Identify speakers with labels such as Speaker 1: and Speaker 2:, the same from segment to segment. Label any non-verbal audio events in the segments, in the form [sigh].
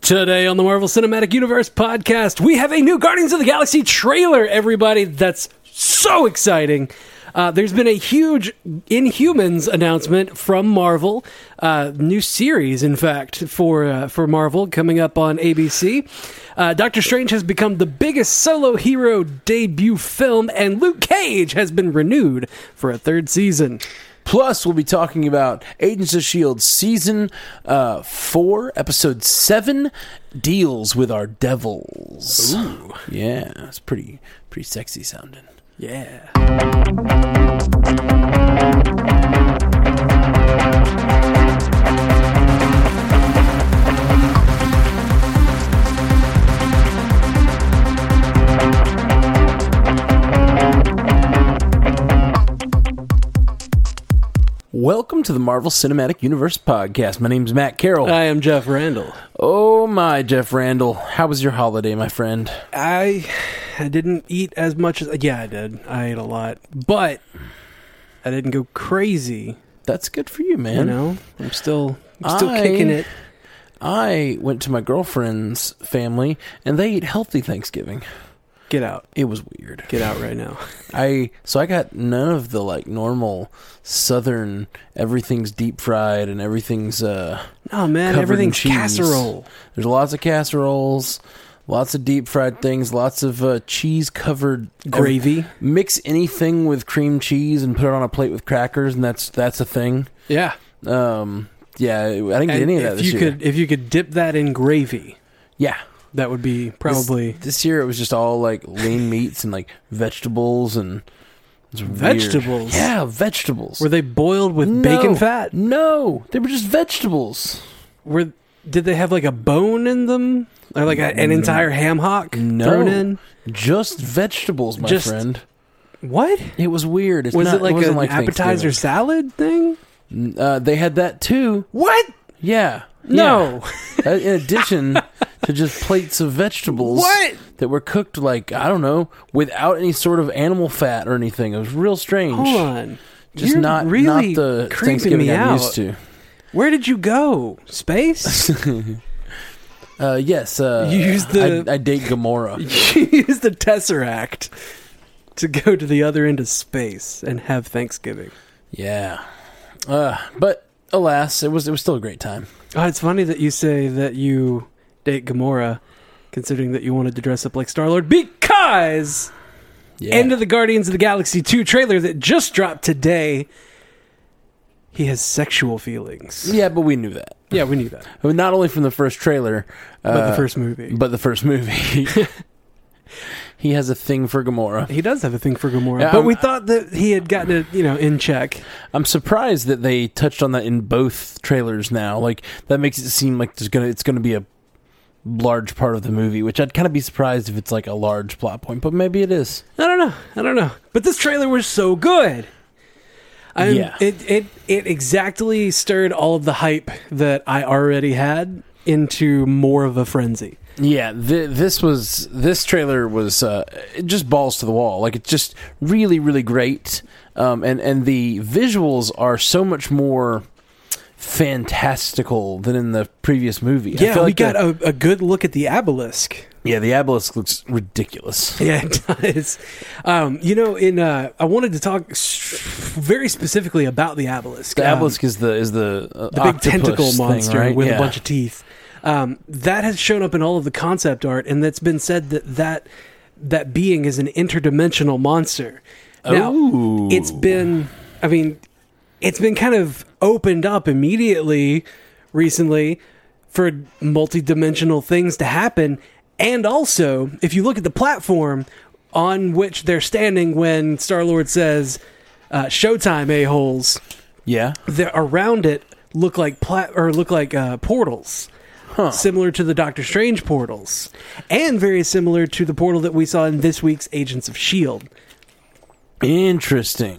Speaker 1: Today on the Marvel Cinematic Universe podcast, we have a new Guardians of the Galaxy trailer, everybody. That's so exciting. Uh, there's been a huge Inhumans announcement from Marvel, uh, new series, in fact, for uh, for Marvel coming up on ABC. Uh, Doctor Strange has become the biggest solo hero debut film, and Luke Cage has been renewed for a third season.
Speaker 2: Plus, we'll be talking about Agents of S.H.I.E.L.D. E season uh, four, episode seven, deals with our devils. Ooh. Yeah, it's pretty, pretty sexy sounding.
Speaker 1: Yeah.
Speaker 2: Welcome to the Marvel Cinematic Universe podcast. My name's Matt Carroll.
Speaker 1: I am Jeff Randall.
Speaker 2: oh my, Jeff Randall, how was your holiday, my friend?
Speaker 1: I I didn't eat as much as yeah, I did. I ate a lot, but I didn't go crazy.
Speaker 2: That's good for you, man.
Speaker 1: You know, I'm still I'm still
Speaker 2: I-
Speaker 1: kicking it.
Speaker 2: I went to my girlfriend's family, and they eat healthy Thanksgiving.
Speaker 1: Get out,
Speaker 2: It was weird.
Speaker 1: get out right now.
Speaker 2: I so I got none of the like normal southern everything's deep fried and everything's uh
Speaker 1: No man,
Speaker 2: Covered in
Speaker 1: everything's
Speaker 2: cheese.
Speaker 1: casserole.
Speaker 2: there's lots of casseroles, lots of deep fried things, lots of uh, cheese covered
Speaker 1: Gravy.
Speaker 2: mix anything with cream cheese and put it on a plate with crackers and that's that's a thing.
Speaker 1: Yeah,
Speaker 2: Um yeah, I didn't get
Speaker 1: and
Speaker 2: any of that
Speaker 1: if
Speaker 2: this
Speaker 1: you
Speaker 2: year.
Speaker 1: could if you could dip that in gravy,
Speaker 2: yeah.
Speaker 1: that would be
Speaker 2: This-
Speaker 1: probably
Speaker 2: this, year it was just all like lean meats and like vegetables and it's weird.
Speaker 1: Vegetables?
Speaker 2: Yeah, vegetables.
Speaker 1: were they boiled with
Speaker 2: No.
Speaker 1: bacon fat?
Speaker 2: No, they were just vegetables.
Speaker 1: Were did they have like a bone in them or like a, an entire ham hock
Speaker 2: No.
Speaker 1: thrown in?
Speaker 2: Just vegetables, my
Speaker 1: Just-
Speaker 2: friend.
Speaker 1: What
Speaker 2: It was weird. It's
Speaker 1: was
Speaker 2: not,
Speaker 1: it like
Speaker 2: wasn't
Speaker 1: an appetizer
Speaker 2: Thanksgiving.
Speaker 1: salad thing?
Speaker 2: N- Uh, they had that too.
Speaker 1: What?
Speaker 2: Yeah.
Speaker 1: No.
Speaker 2: Yeah. Uh, In addition to just plates of vegetables
Speaker 1: What?
Speaker 2: that were cooked like I don't know, without any sort of animal fat or anything. It was real strange.
Speaker 1: Hold on.
Speaker 2: Just
Speaker 1: You're
Speaker 2: not
Speaker 1: really
Speaker 2: not the
Speaker 1: creeping
Speaker 2: Thanksgiving
Speaker 1: me
Speaker 2: I'm
Speaker 1: out.
Speaker 2: used to.
Speaker 1: Where did you go?
Speaker 2: [laughs]
Speaker 1: Space? [laughs]
Speaker 2: Uh, yes. Uh,
Speaker 1: You used the-
Speaker 2: I, I date Gamora.
Speaker 1: you used the Tesseract to go to the other end of space and have Thanksgiving.
Speaker 2: yeah. Uh, but alas, it was it was still a great time.
Speaker 1: Oh, it's funny that you say that you date Gamora, considering that you wanted to dress up like Star Lord because
Speaker 2: Yeah.
Speaker 1: end of the Guardians of the Galaxy 2 trailer that just dropped today. He has sexual feelings.
Speaker 2: yeah, but we knew that.
Speaker 1: Yeah, we knew that.
Speaker 2: I mean, not only from the first trailer, uh,
Speaker 1: But the first movie.
Speaker 2: but the
Speaker 1: [laughs]
Speaker 2: first movie. he has a thing for Gamora.
Speaker 1: He does have a thing for Gamora,
Speaker 2: Yeah,
Speaker 1: but
Speaker 2: I'm-
Speaker 1: we thought that he had gotten it, you know, in check.
Speaker 2: I'm surprised that they touched on that in both trailers now. Like that makes it seem like there's gonna it's gonna be a large part of the movie, which I'd kind of be surprised if it's like a large plot point, but maybe it is.
Speaker 1: I don't know. I don't know. But this trailer was so good. i
Speaker 2: Yeah.
Speaker 1: It it it exactly stirred all of the hype that I already had into more of a frenzy.
Speaker 2: Yeah, th- this was this trailer was uh, it just balls to the wall. Like it's just really, really great, um, and and the visuals are so much more fantastical than in the previous movie. I
Speaker 1: Yeah,
Speaker 2: feel
Speaker 1: we
Speaker 2: like
Speaker 1: got
Speaker 2: the,
Speaker 1: a, a good look at the obelisk. [laughs]
Speaker 2: yeah the obelisk looks ridiculous.
Speaker 1: Yeah, it does. Um, you know, in uh, I wanted to talk s- very specifically about the obelisk.
Speaker 2: The
Speaker 1: Um,
Speaker 2: obelisk is the is the uh,
Speaker 1: the big
Speaker 2: octopus
Speaker 1: tentacle
Speaker 2: thing,
Speaker 1: monster
Speaker 2: right?
Speaker 1: with
Speaker 2: yeah.
Speaker 1: a bunch of teeth. Um, that has shown up in all of the concept art, and that's been said that that that being is an interdimensional monster. Now,
Speaker 2: Ooh.
Speaker 1: it's been, I mean, it's been kind of opened up immediately recently for multidimensional things to happen, and also if you look at the platform on which they're standing when Star Lord says, uh, "Showtime, a holes."
Speaker 2: yeah.
Speaker 1: that around it look like pla- or look like uh, portals. Similar to the Doctor Strange portals, and very similar to the portal that we saw in this week's Agents of Shield.
Speaker 2: Interesting.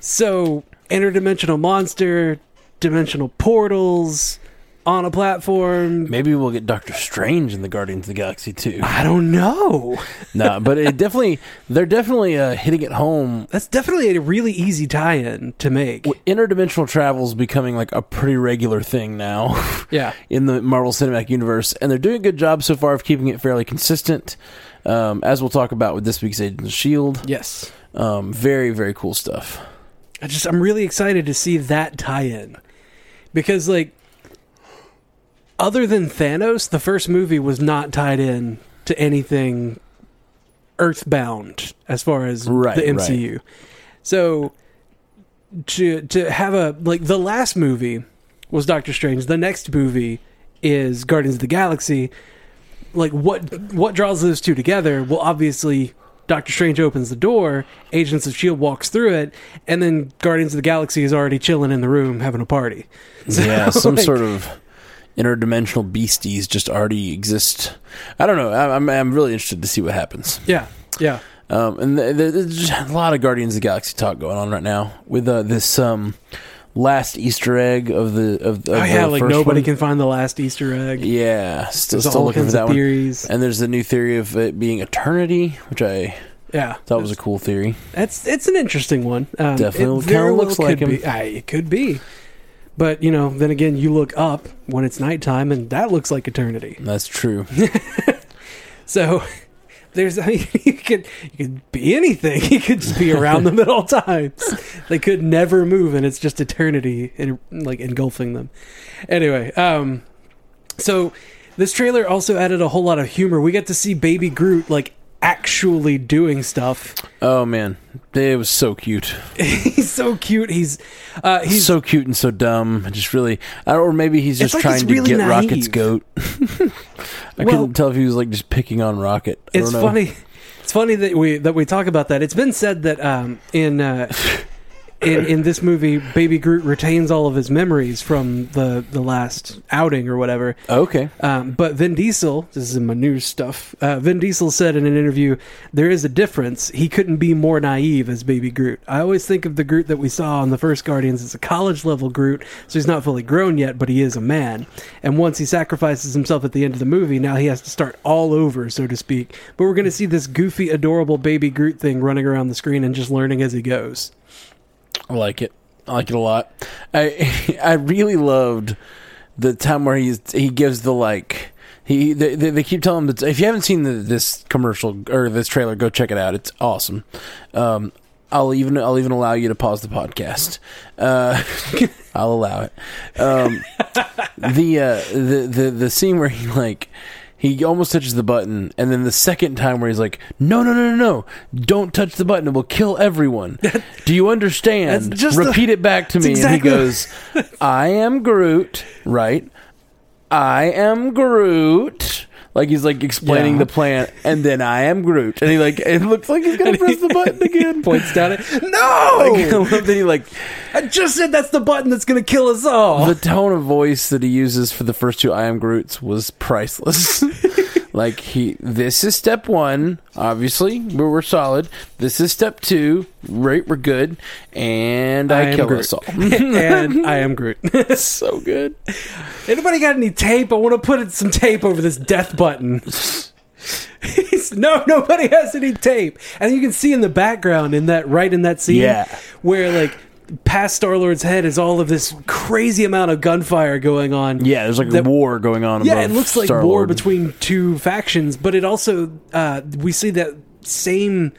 Speaker 1: So, interdimensional monster, dimensional portals, on a platform.
Speaker 2: Maybe we'll get Doctor Strange in the Guardians of the Galaxy too. [laughs]
Speaker 1: I don't know.
Speaker 2: no, but it definitely they're definitely uh, hitting it home.
Speaker 1: That's definitely a really easy tie-in to make.
Speaker 2: Interdimensional travel is becoming like a pretty regular thing now. [laughs]
Speaker 1: Yeah.
Speaker 2: in the Marvel Cinematic Universe, and they're doing a good job so far of keeping it fairly consistent. Um, as we'll talk about with this week's Agents of Shield,
Speaker 1: Yes.
Speaker 2: E um, very very cool stuff.
Speaker 1: I just I'm really excited to see that tie-in because like other than Thanos, the first movie was not tied in to anything earthbound as far as
Speaker 2: Right,
Speaker 1: the
Speaker 2: right.
Speaker 1: MCU. So to to have a like the last movie was Doctor Strange, the next movie is Guardians of the Galaxy. Like what what draws those two together? Well, obviously Doctor Strange opens the door, Agents of Shield E walks through it, and then Guardians of the Galaxy is already chilling in the room having a party. [laughs] So,
Speaker 2: [laughs] [laughs] yeah, some
Speaker 1: like-
Speaker 2: sort of interdimensional beasties just already exist. I don't know. I- I'm I'm really interested to see what happens.
Speaker 1: Yeah. Yeah.
Speaker 2: Um, and th- th- there's just a lot of Guardians of the Galaxy talk going on right now with uh, this um, last Easter egg of the of, of
Speaker 1: Oh
Speaker 2: the
Speaker 1: yeah, like
Speaker 2: first
Speaker 1: nobody
Speaker 2: one.
Speaker 1: can find the last Easter egg.
Speaker 2: Yeah, still,
Speaker 1: There's
Speaker 2: still
Speaker 1: all
Speaker 2: looking for
Speaker 1: kinds
Speaker 2: that
Speaker 1: of
Speaker 2: one.
Speaker 1: theories.
Speaker 2: And there's the new theory of it being eternity, which I
Speaker 1: Yeah.
Speaker 2: thought was a cool theory.
Speaker 1: That's it's an interesting one. Um,
Speaker 2: Definitely
Speaker 1: it very
Speaker 2: kinda
Speaker 1: well
Speaker 2: looks
Speaker 1: could
Speaker 2: like him.
Speaker 1: Be, aye, it could be, but you know, then again, you look up when it's nighttime, and that looks like eternity.
Speaker 2: That's true.
Speaker 1: So [laughs] there's I mean, [laughs] you could you could be anything. [laughs] You could just be around them at all times. They could never move, and it's just eternity in, like engulfing them. Anyway, um, so this trailer also added a whole lot of humor. We got to see Baby Groot like actually doing stuff. [laughs]
Speaker 2: Oh man, it was so cute,
Speaker 1: he's so cute. He's uh, he's
Speaker 2: so cute and so dumb. Just really, I don't, or maybe he's
Speaker 1: It's
Speaker 2: just
Speaker 1: like
Speaker 2: trying
Speaker 1: he's
Speaker 2: to
Speaker 1: really
Speaker 2: get
Speaker 1: naive.
Speaker 2: Rocket's goat. [laughs] I
Speaker 1: Well-
Speaker 2: couldn't tell if he was like just picking on Rocket. I
Speaker 1: it's
Speaker 2: don't know.
Speaker 1: funny. It's funny that we that we talk about that. It's been said that um, in uh, in in this movie, Baby Groot retains all of his memories from the the last outing or whatever.
Speaker 2: Okay,
Speaker 1: Um, but Vin Diesel, this is in my news stuff. Uh, Vin Diesel said in an interview, "There is a difference. He couldn't be more naive as Baby Groot. I always think of the Groot that we saw in the first Guardians as a college level Groot, so he's not fully grown yet, but he is a man. And once he sacrifices himself at the end of the movie, now he has to start all over, so to speak. But we're going to see this goofy, adorable Baby Groot thing running around the screen and just learning as he goes.
Speaker 2: I like it. I like it a lot. I [laughs] I really loved the time where he's he gives the like he they, they, they keep telling him that if you haven't seen the, this commercial or this trailer, go check it out. It's awesome. Um, I'll even I'll even allow you to pause the podcast. Uh, [laughs] I'll allow it. Um, the uh, the the the scene where he like. He almost touches the button, and then the second time where he's like, "No, no, no, no, no! Don't touch the button; it will kill [laughs] everyone." Do you understand?
Speaker 1: That's just the-
Speaker 2: Repeat it back to me, and he
Speaker 1: exactly-
Speaker 2: [laughs] goes, "I am Groot." Right? I am Groot. Like he's like explaining
Speaker 1: Yeah.
Speaker 2: the plan, and then I am Groot, and he like it looks like he's gonna press the [laughs]
Speaker 1: [laughs]
Speaker 2: button again.
Speaker 1: Points down at
Speaker 2: Like, I
Speaker 1: No!
Speaker 2: love that he like
Speaker 1: I just said that's the button that's going to kill us all.
Speaker 2: [laughs] the tone of voice that he uses for the first two I am Groots was [laughs] priceless. like he, this is step one. Obviously, we're, we're solid. This is step two. Right, we're good. And
Speaker 1: I
Speaker 2: I,
Speaker 1: am
Speaker 2: kill
Speaker 1: Groot.
Speaker 2: us all. [laughs]
Speaker 1: and I am Groot. [laughs]
Speaker 2: so good.
Speaker 1: Anybody got any tape? I want to put some tape over this death button. He's- no, nobody has any tape. And you can see in the background in that right in that scene
Speaker 2: Yeah.
Speaker 1: where like past Star Lord's head is all of this crazy amount of gunfire going on.
Speaker 2: Yeah, there's like
Speaker 1: That-
Speaker 2: a war going on.
Speaker 1: Yeah,
Speaker 2: above
Speaker 1: it looks like war
Speaker 2: Star-Lord.
Speaker 1: between two factions, but it also uh, we see that same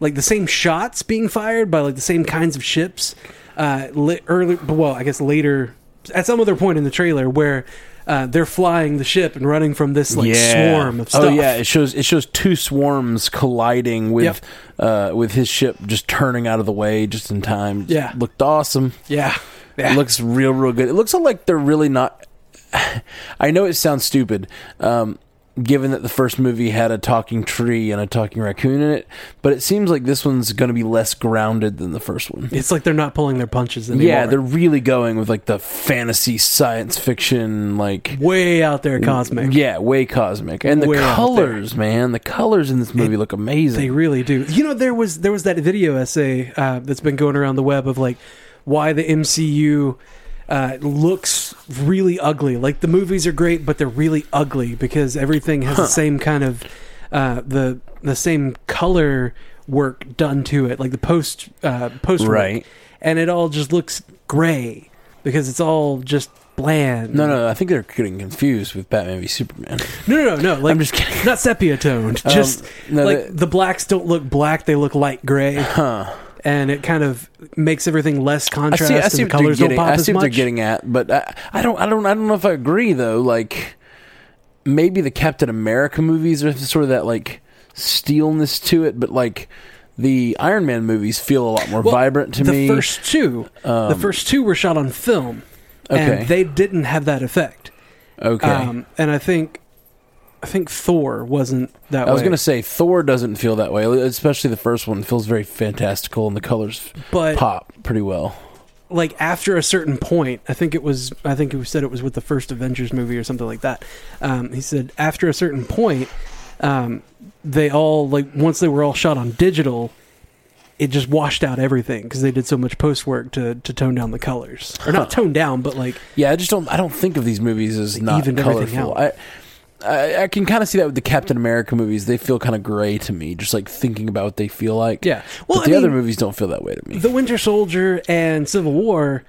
Speaker 1: like the same shots being fired by like the same kinds of ships. Uh, li- early, well, I guess later at some other point in the trailer where uh, they're flying the ship and running from this like swarm of stuff.
Speaker 2: Oh yeah, it shows it shows two swarms colliding with
Speaker 1: Yep.
Speaker 2: uh, with his ship just turning out of the way just in time. Just
Speaker 1: Yeah.
Speaker 2: looked awesome.
Speaker 1: yeah, [laughs]
Speaker 2: It looks real, real good. It looks like they're really not. [sighs] I know it sounds stupid, um, given that the first movie had a talking tree and a talking raccoon in it, but it seems like this one's going to be less grounded than the first one.
Speaker 1: It's like they're not pulling their punches anymore.
Speaker 2: Yeah, they're really going with like the fantasy, science fiction, like
Speaker 1: way out there, cosmic.
Speaker 2: yeah, way cosmic. And the
Speaker 1: Way out
Speaker 2: colors, man, the colors in this movie look
Speaker 1: They
Speaker 2: amazing.
Speaker 1: really do. You know, there was there was that video essay uh, that's been going around the web of like why the MCU uh, looks really ugly. Like the movies are great, but they're really ugly because everything has the same kind of uh, the the same color work done to it, like the post uh, post work.
Speaker 2: Right.
Speaker 1: and it all just looks gray because it's all just bland.
Speaker 2: No, no, I think they're getting confused with Batman v Superman.
Speaker 1: No, no, no, no. Like,
Speaker 2: I'm just kidding.
Speaker 1: Not sepia toned.
Speaker 2: Um,
Speaker 1: just
Speaker 2: no,
Speaker 1: like
Speaker 2: the-
Speaker 1: the blacks don't look black; they look light gray,
Speaker 2: Huh.
Speaker 1: and it kind of makes everything less
Speaker 2: I
Speaker 1: contrast.
Speaker 2: see. I
Speaker 1: and the
Speaker 2: see what they're
Speaker 1: colors
Speaker 2: getting.
Speaker 1: don't pop
Speaker 2: I
Speaker 1: as
Speaker 2: see what
Speaker 1: much.
Speaker 2: they're getting at, but I, I don't. I don't. I don't know if I agree though. Like maybe the Captain America movies are sort of that like steelness to it, but like the Iron Man movies feel a lot more
Speaker 1: Well,
Speaker 2: vibrant to
Speaker 1: the
Speaker 2: me. Um,
Speaker 1: first two, the first two were shot on film,
Speaker 2: Okay.
Speaker 1: and they didn't have that effect.
Speaker 2: okay.
Speaker 1: Um, and I think, I think Thor wasn't that.
Speaker 2: I was
Speaker 1: way.
Speaker 2: going to say Thor doesn't feel that way, especially the first one feels very fantastical and the colors
Speaker 1: but
Speaker 2: pop pretty well.
Speaker 1: like after a certain point, I think it was I think he said it was with the first Avengers movie or something like that. Um, he said after a certain point, um, they all like once they were all shot on digital, it just washed out everything because they did so much post work to to tone down the colors or not tone down, but like
Speaker 2: Yeah, I just don't. I don't think of these movies as not
Speaker 1: evened everything
Speaker 2: colorful. I,
Speaker 1: out.
Speaker 2: I I can kind of see that with the Captain America movies. They feel kind of gray to me. Just like thinking about what they feel like.
Speaker 1: Yeah. Well,
Speaker 2: but
Speaker 1: I
Speaker 2: the other
Speaker 1: mean-
Speaker 2: movies don't feel that way to me.
Speaker 1: the Winter Soldier and Civil War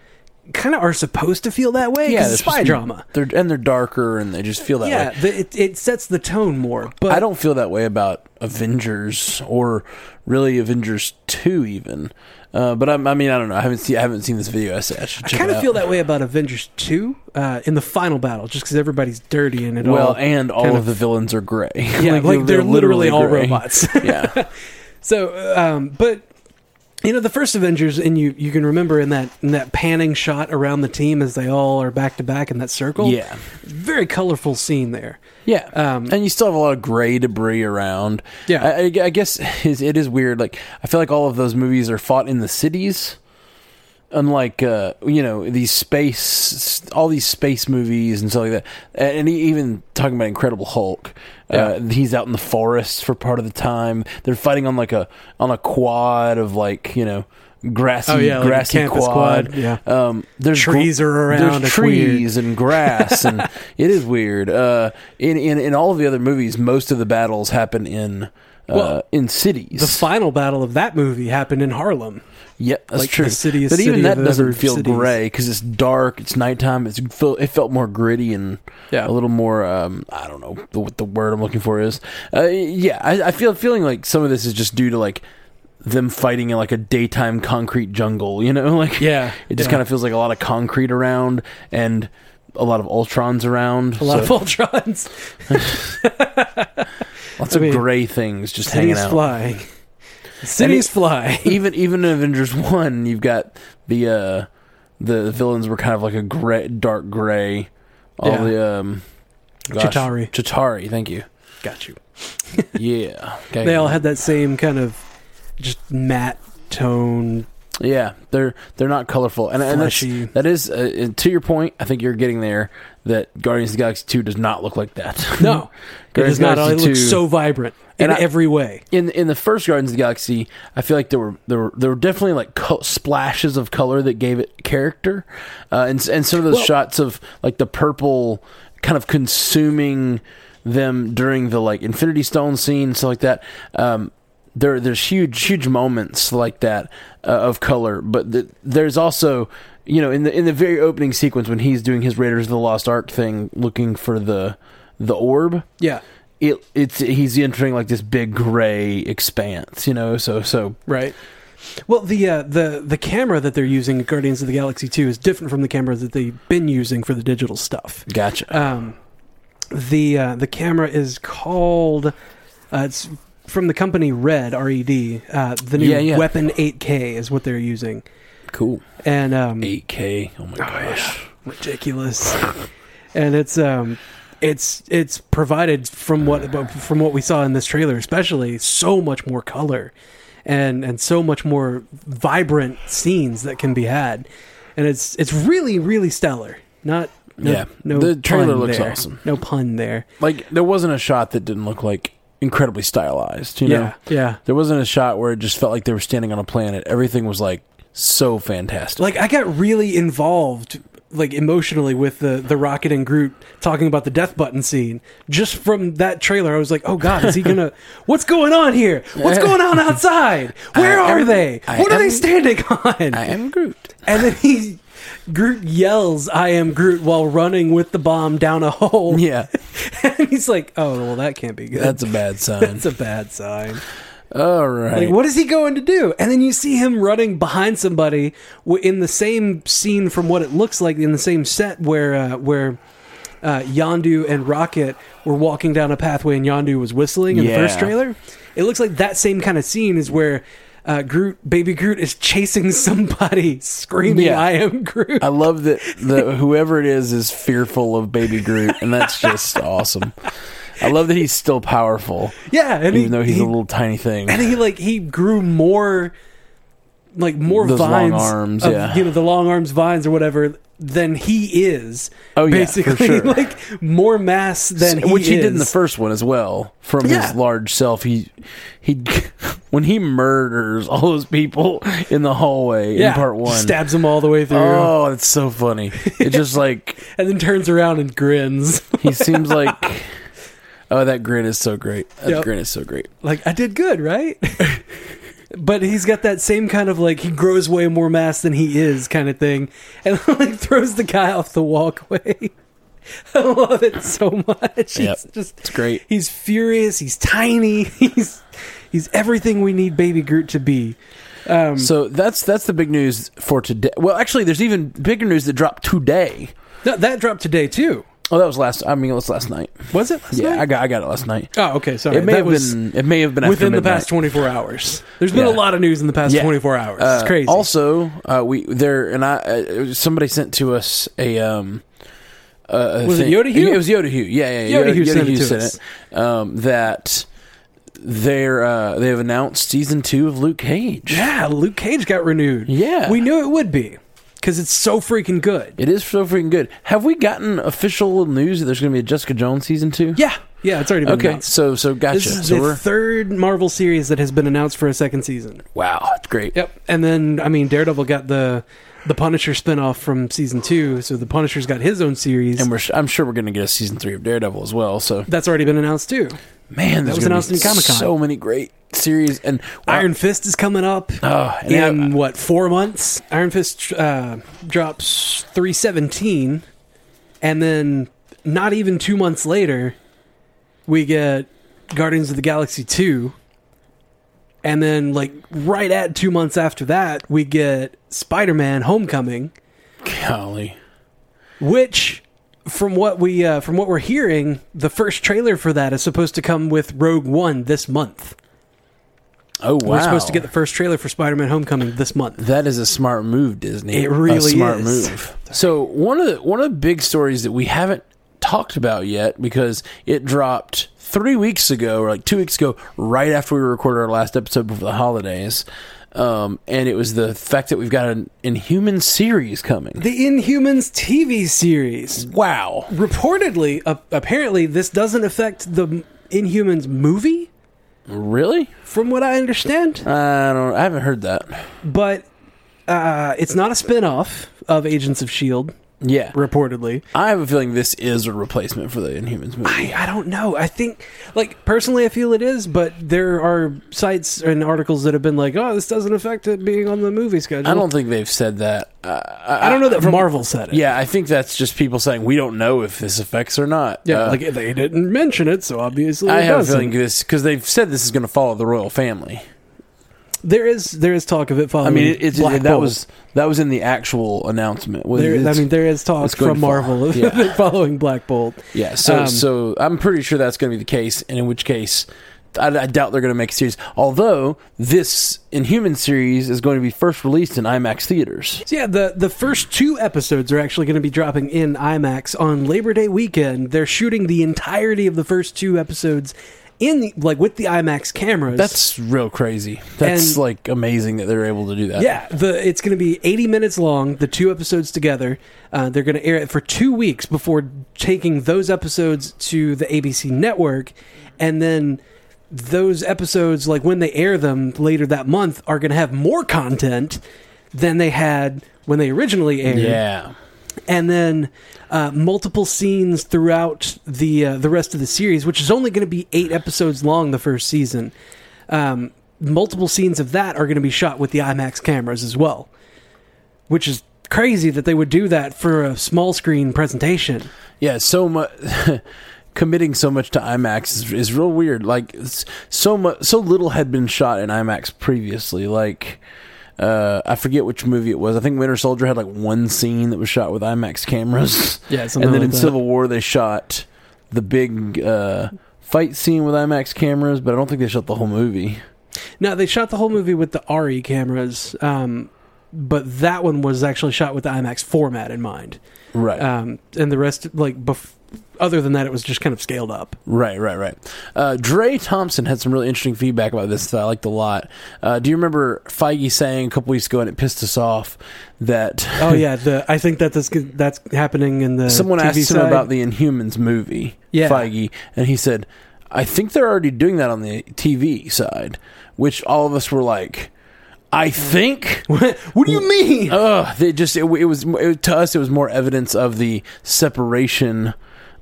Speaker 1: kind of are supposed to feel that way. 'cause
Speaker 2: they're
Speaker 1: it's spy
Speaker 2: supposed to be-
Speaker 1: drama.
Speaker 2: They're and they're darker and they just feel that
Speaker 1: Yeah,
Speaker 2: way.
Speaker 1: the, it, it sets the tone more. But
Speaker 2: I don't feel that way about Avengers or really Avengers two even. Uh, but I'm, I mean, I don't know. I haven't seen. I haven't seen this video. I, said I should check
Speaker 1: kind
Speaker 2: it
Speaker 1: of
Speaker 2: out.
Speaker 1: feel that way about Avengers 2 uh, in the final battle, just because everybody's dirty and it
Speaker 2: Well,
Speaker 1: all.
Speaker 2: and all
Speaker 1: kind
Speaker 2: of,
Speaker 1: of-
Speaker 2: the villains are gray. [laughs]
Speaker 1: yeah, like, they're, literally, all
Speaker 2: gray.
Speaker 1: robots.
Speaker 2: [laughs]
Speaker 1: [laughs]
Speaker 2: yeah,
Speaker 1: so, um, but you know, the first Avengers, and you you can remember in that in that panning shot around the team as they all are back to back in that circle.
Speaker 2: Yeah.
Speaker 1: very colorful scene there.
Speaker 2: yeah.
Speaker 1: Um,
Speaker 2: and you still have a lot of gray debris around.
Speaker 1: Yeah.
Speaker 2: I, I- I guess [laughs] it's- it is weird. Like I feel like all of those movies are fought in the cities. Unlike uh, you know these space, all these space movies and stuff like that, and e- even talking about Incredible Hulk, uh, he's out in the forest for part of the time. They're fighting on like a on a quad of like you know grassy
Speaker 1: Oh, yeah, like a
Speaker 2: grassy
Speaker 1: campus
Speaker 2: quad.
Speaker 1: quad, yeah.
Speaker 2: um, there's gr-
Speaker 1: Trees are around,
Speaker 2: There's
Speaker 1: it's weird.
Speaker 2: trees and
Speaker 1: [laughs]
Speaker 2: grass and it is weird. Uh, in, in in all of the other movies, most of the battles happen in uh,
Speaker 1: Well,
Speaker 2: in cities.
Speaker 1: The final battle of that movie happened in Harlem.
Speaker 2: yeah, that's
Speaker 1: like,
Speaker 2: true.
Speaker 1: the city is
Speaker 2: but even
Speaker 1: city
Speaker 2: that
Speaker 1: of
Speaker 2: doesn't
Speaker 1: other
Speaker 2: feel
Speaker 1: cities.
Speaker 2: gray because it's dark. It's nighttime. It's felt, it felt more gritty and
Speaker 1: Yeah.
Speaker 2: a little more. Um, I don't know the, what the word I'm looking for is. Uh, yeah, I, I feel feeling like some of this is just due to like them fighting in like a daytime concrete jungle. You know, [laughs] like
Speaker 1: Yeah,
Speaker 2: it just
Speaker 1: yeah.
Speaker 2: kind of feels like a lot of concrete around and. A lot of Ultrons around.
Speaker 1: A lot of Ultrons.
Speaker 2: Lots
Speaker 1: I
Speaker 2: of
Speaker 1: mean,
Speaker 2: gray things just hanging
Speaker 1: Cities
Speaker 2: out.
Speaker 1: flying. Cities fly.
Speaker 2: Even even in Avengers One, you've got the uh, the villains were kind of like a gray, dark gray. All
Speaker 1: Yeah.
Speaker 2: the um,
Speaker 1: Chitauri.
Speaker 2: Chitari, thank you.
Speaker 1: Got you. [laughs]
Speaker 2: Yeah, Okay.
Speaker 1: They all had that same kind of just matte tone
Speaker 2: yeah. They're they're not colorful, and, and that's,
Speaker 1: Fleshy.
Speaker 2: that is uh, to your point. I think you're getting there. That Guardians of the Galaxy Two does not look like that.
Speaker 1: No, it
Speaker 2: [laughs] Guardians
Speaker 1: is
Speaker 2: of the
Speaker 1: not. Oh, It
Speaker 2: Galaxy
Speaker 1: looks
Speaker 2: 2
Speaker 1: so vibrant in
Speaker 2: And I-
Speaker 1: every way.
Speaker 2: in in the first Guardians of the Galaxy, I feel like there were there were, there were definitely like co- splashes of color that gave it character, uh, and and some of those
Speaker 1: Well-
Speaker 2: shots of like the purple kind of consuming them during the like Infinity Stone scene, stuff like that. Um, there there's huge huge moments like that uh, of color, but the, there's also you know in the in the very opening sequence when he's doing his Raiders of the Lost Ark thing, looking for the the orb
Speaker 1: Yeah,
Speaker 2: it it's he's entering like this big gray expanse, you know. So so
Speaker 1: right. Well, the uh, the the camera that they're using in Guardians of the Galaxy Two is different from the camera that they've been using for the digital stuff.
Speaker 2: gotcha.
Speaker 1: Um, the uh, the camera is called. Uh, it's from the company Red R E D. Uh, the new
Speaker 2: Yeah, yeah.
Speaker 1: Weapon 8K is what they're using,
Speaker 2: cool.
Speaker 1: and um,
Speaker 2: Eight K. Oh my gosh.
Speaker 1: ridiculous and it's um it's it's provided from what from what we saw in this trailer especially so much more color and and so much more vibrant scenes that can be had and it's it's really really stellar not no,
Speaker 2: Yeah.
Speaker 1: no
Speaker 2: The trailer
Speaker 1: pun
Speaker 2: looks
Speaker 1: there.
Speaker 2: awesome.
Speaker 1: no pun there
Speaker 2: Like there wasn't a shot that didn't look like incredibly stylized. You know,
Speaker 1: yeah yeah
Speaker 2: there wasn't a shot where it just felt like they were standing on a planet. Everything was like so fantastic.
Speaker 1: like i got really involved like emotionally with the the Rocket and Groot talking about the death button scene. Just from that trailer, I was like, "Oh God, is he
Speaker 2: [laughs]
Speaker 1: gonna? what's going on here? What's going on outside? Where
Speaker 2: I
Speaker 1: are
Speaker 2: am-
Speaker 1: they?
Speaker 2: I
Speaker 1: what are they
Speaker 2: am-
Speaker 1: standing on?"
Speaker 2: I am Groot.
Speaker 1: and then he Groot yells, "I am Groot!" while running with the bomb down a hole.
Speaker 2: Yeah,
Speaker 1: [laughs] and he's like, "Oh well, that can't be good.
Speaker 2: that's a bad
Speaker 1: [laughs]
Speaker 2: sign.
Speaker 1: That's a bad sign."
Speaker 2: All right.
Speaker 1: Like, what is he going to do? And then you see him running behind somebody w- in the same scene from what it looks like in the same set where uh, where uh, Yondu and Rocket were walking down a pathway and Yondu was whistling in
Speaker 2: Yeah.
Speaker 1: the first trailer. It looks like that same kind of scene is where. Uh, Groot, baby Groot is [laughs] chasing somebody, screaming,
Speaker 2: Yeah. Uh,
Speaker 1: "I am Groot!"
Speaker 2: I love that the whoever it is is fearful of Baby Groot, and
Speaker 1: [laughs]
Speaker 2: that's just awesome. I love that he's still powerful,
Speaker 1: yeah, and he,
Speaker 2: even though he's
Speaker 1: he-
Speaker 2: a little tiny thing.
Speaker 1: and he like he grew more like more
Speaker 2: Those long
Speaker 1: vines
Speaker 2: arms,
Speaker 1: of,
Speaker 2: yeah.
Speaker 1: you know the long arms vines or whatever than he is
Speaker 2: Oh, yeah, for
Speaker 1: basically
Speaker 2: sure.
Speaker 1: [laughs] like more mass than he
Speaker 2: which he did in the
Speaker 1: is.
Speaker 2: first one as well. From
Speaker 1: Yeah.
Speaker 2: his large self, he he [laughs] when he murders all those people in the hallway
Speaker 1: yeah,
Speaker 2: in part one.
Speaker 1: stabs him all the way through
Speaker 2: oh, it's so funny.
Speaker 1: [laughs]
Speaker 2: It just like
Speaker 1: and then turns around and grins
Speaker 2: he seems like. Oh, that grin is so great. That
Speaker 1: Yep.
Speaker 2: grin is so great.
Speaker 1: like I did good right [laughs] but he's got that same kind of like he grows way more mass than he is kind of thing and [laughs] like throws the guy off the walkway [laughs] I love it so much
Speaker 2: Yep.
Speaker 1: it's just
Speaker 2: It's great.
Speaker 1: He's furious. He's tiny. [laughs] He's he's everything we need Baby Groot to be. Um,
Speaker 2: So that's that's the big news for today. Well, actually, there's even bigger news that dropped today.
Speaker 1: No, that dropped today too.
Speaker 2: Oh, that was last. I mean, it was last night.
Speaker 1: Was it? Last
Speaker 2: yeah,
Speaker 1: night?
Speaker 2: I got I got it last night.
Speaker 1: oh, okay. Sorry.
Speaker 2: it may
Speaker 1: that
Speaker 2: have
Speaker 1: was
Speaker 2: been. It may have been after
Speaker 1: within the
Speaker 2: midnight.
Speaker 1: past 24 hours. There's been
Speaker 2: Yeah.
Speaker 1: a lot of news in the past
Speaker 2: Yeah.
Speaker 1: 24 hours.
Speaker 2: Uh,
Speaker 1: it's crazy.
Speaker 2: Also, uh, we there and I. Uh, somebody sent to us a. Um, uh,
Speaker 1: Was it Yoda Hue?
Speaker 2: It was Yoda Hue. Yeah, yeah.
Speaker 1: Yoda Hue sent it to
Speaker 2: sent
Speaker 1: us.
Speaker 2: it, Um, that they're uh, they have announced season two of Luke Cage.
Speaker 1: yeah, Luke Cage got renewed.
Speaker 2: Yeah.
Speaker 1: we knew it would be because it's so freaking good.
Speaker 2: It is so freaking good. Have we gotten official news that there's going to be a Jessica Jones season two?
Speaker 1: Yeah, yeah, it's already been
Speaker 2: Okay.
Speaker 1: announced.
Speaker 2: So so gotcha.
Speaker 1: This is
Speaker 2: so
Speaker 1: the
Speaker 2: we're
Speaker 1: third Marvel series that has been announced for a second season.
Speaker 2: wow. That's great.
Speaker 1: Yep. And then I mean Daredevil got the the Punisher spinoff from season two, so the Punisher's got his own series.
Speaker 2: And we're I'm sure we're going to get a season three of Daredevil as well. So
Speaker 1: that's already been announced too.
Speaker 2: man, there's
Speaker 1: was
Speaker 2: gonna
Speaker 1: announced
Speaker 2: be
Speaker 1: in Comic-Con.
Speaker 2: So many great series and
Speaker 1: Iron Fist is coming up
Speaker 2: Oh, and
Speaker 1: in
Speaker 2: I-
Speaker 1: what four months? Iron Fist uh, drops three seventeen, and then not even two months later, we get Guardians of the Galaxy two, and then like right at two months after that, we get Spider Man Homecoming.
Speaker 2: golly.
Speaker 1: which from what we uh, from what we're hearing the first trailer for that is supposed to come with rogue one this month
Speaker 2: Oh wow.
Speaker 1: we're supposed to get the first trailer for spider-man homecoming this month
Speaker 2: That is a smart move, Disney.
Speaker 1: It
Speaker 2: A
Speaker 1: really
Speaker 2: smart
Speaker 1: is.
Speaker 2: move. So one of the one of the big stories that we haven't talked about yet because it dropped three weeks ago or like two weeks ago, right after we recorded our last episode before the holidays. Um, and it was the fact that we've got an Inhuman series coming.
Speaker 1: the inhumans tv series
Speaker 2: Wow.
Speaker 1: reportedly uh, apparently this doesn't affect the M- inhumans movie
Speaker 2: Really?
Speaker 1: from what i understand
Speaker 2: I don't. I haven't heard that.
Speaker 1: but uh, it's not a spin-off of agents of shield
Speaker 2: Yeah.
Speaker 1: E reportedly
Speaker 2: I have a feeling this is a replacement for the Inhumans movie.
Speaker 1: I, I don't know. I think, like, personally, I feel it is, but there are sites and articles that have been like, oh, this doesn't affect it being on the movie schedule.
Speaker 2: I don't think they've said that. I, I,
Speaker 1: I don't know that Marvel said it.
Speaker 2: Yeah, I think that's just people saying we don't know if this affects or not.
Speaker 1: Yeah,
Speaker 2: Uh,
Speaker 1: like they didn't mention it, so obviously
Speaker 2: I
Speaker 1: it
Speaker 2: have a
Speaker 1: doesn't.
Speaker 2: feeling this because they've said this is going to follow the royal family.
Speaker 1: there is there is talk of it
Speaker 2: I
Speaker 1: following.
Speaker 2: mean, it, it's
Speaker 1: Black
Speaker 2: that
Speaker 1: Bolt.
Speaker 2: was that was in the actual announcement. Whether
Speaker 1: There, I
Speaker 2: it's-
Speaker 1: mean, there is talk
Speaker 2: it's going
Speaker 1: from
Speaker 2: to follow.
Speaker 1: Marvel of
Speaker 2: Yeah.
Speaker 1: it [laughs] following Black Bolt.
Speaker 2: yeah. So,
Speaker 1: um,
Speaker 2: so I'm pretty sure that's going to be the case, and in which case. I, I doubt they're going to make a series. Although this Inhuman series is going to be first released in IMAX theaters.
Speaker 1: So yeah, the the first two episodes are actually going to be dropping in IMAX on Labor Day weekend. They're shooting the entirety of the first two episodes in the, like with the IMAX cameras.
Speaker 2: That's real crazy. That's
Speaker 1: And-
Speaker 2: like amazing that they're able to do that.
Speaker 1: Yeah, the it's going to be 80 minutes long, the two episodes together. Uh, they're going to air it for two weeks before taking those episodes to the ABC network, and then those episodes, like when they air them later that month, are going to have more content than they had when they originally aired.
Speaker 2: Yeah.
Speaker 1: and then uh, multiple scenes throughout the uh, the rest of the series, which is only going to be eight episodes long. The first season, um, multiple scenes of that are going to be shot with the IMAX cameras as well, which is crazy that they would do that for a small screen presentation.
Speaker 2: Yeah, so much [laughs] committing so much to IMAX is, is real weird. Like it's so much, so little had been shot in IMAX previously. Like uh, I forget which movie it was. I think Winter Soldier had like one scene that was shot with IMAX cameras. [laughs]
Speaker 1: Yeah,
Speaker 2: and
Speaker 1: something
Speaker 2: then
Speaker 1: like
Speaker 2: in
Speaker 1: that.
Speaker 2: Civil War they shot the big uh, fight scene with IMAX cameras, but I don't think they shot the whole movie.
Speaker 1: No, they shot the whole movie with the RE cameras, um, but that one was actually shot with the IMAX format in mind.
Speaker 2: Right.
Speaker 1: Um, and the rest, like, bef- other than that, it was just kind of scaled up.
Speaker 2: Right, right, right. Uh, Dre Thompson had some really interesting feedback about this that I liked a lot. Uh, do you remember Feige saying a couple weeks ago, and it pissed us off, that
Speaker 1: Oh yeah, the I think that this that's happening in the
Speaker 2: [laughs] someone
Speaker 1: TV
Speaker 2: asked him
Speaker 1: side.
Speaker 2: about the Inhumans movie,
Speaker 1: Yeah.
Speaker 2: Feige, and he said, I think they're already doing that on the TV side, which all of us were like, I think.
Speaker 1: [laughs] what do you mean?
Speaker 2: Ugh, they just it, it was it, to us it was more evidence of the separation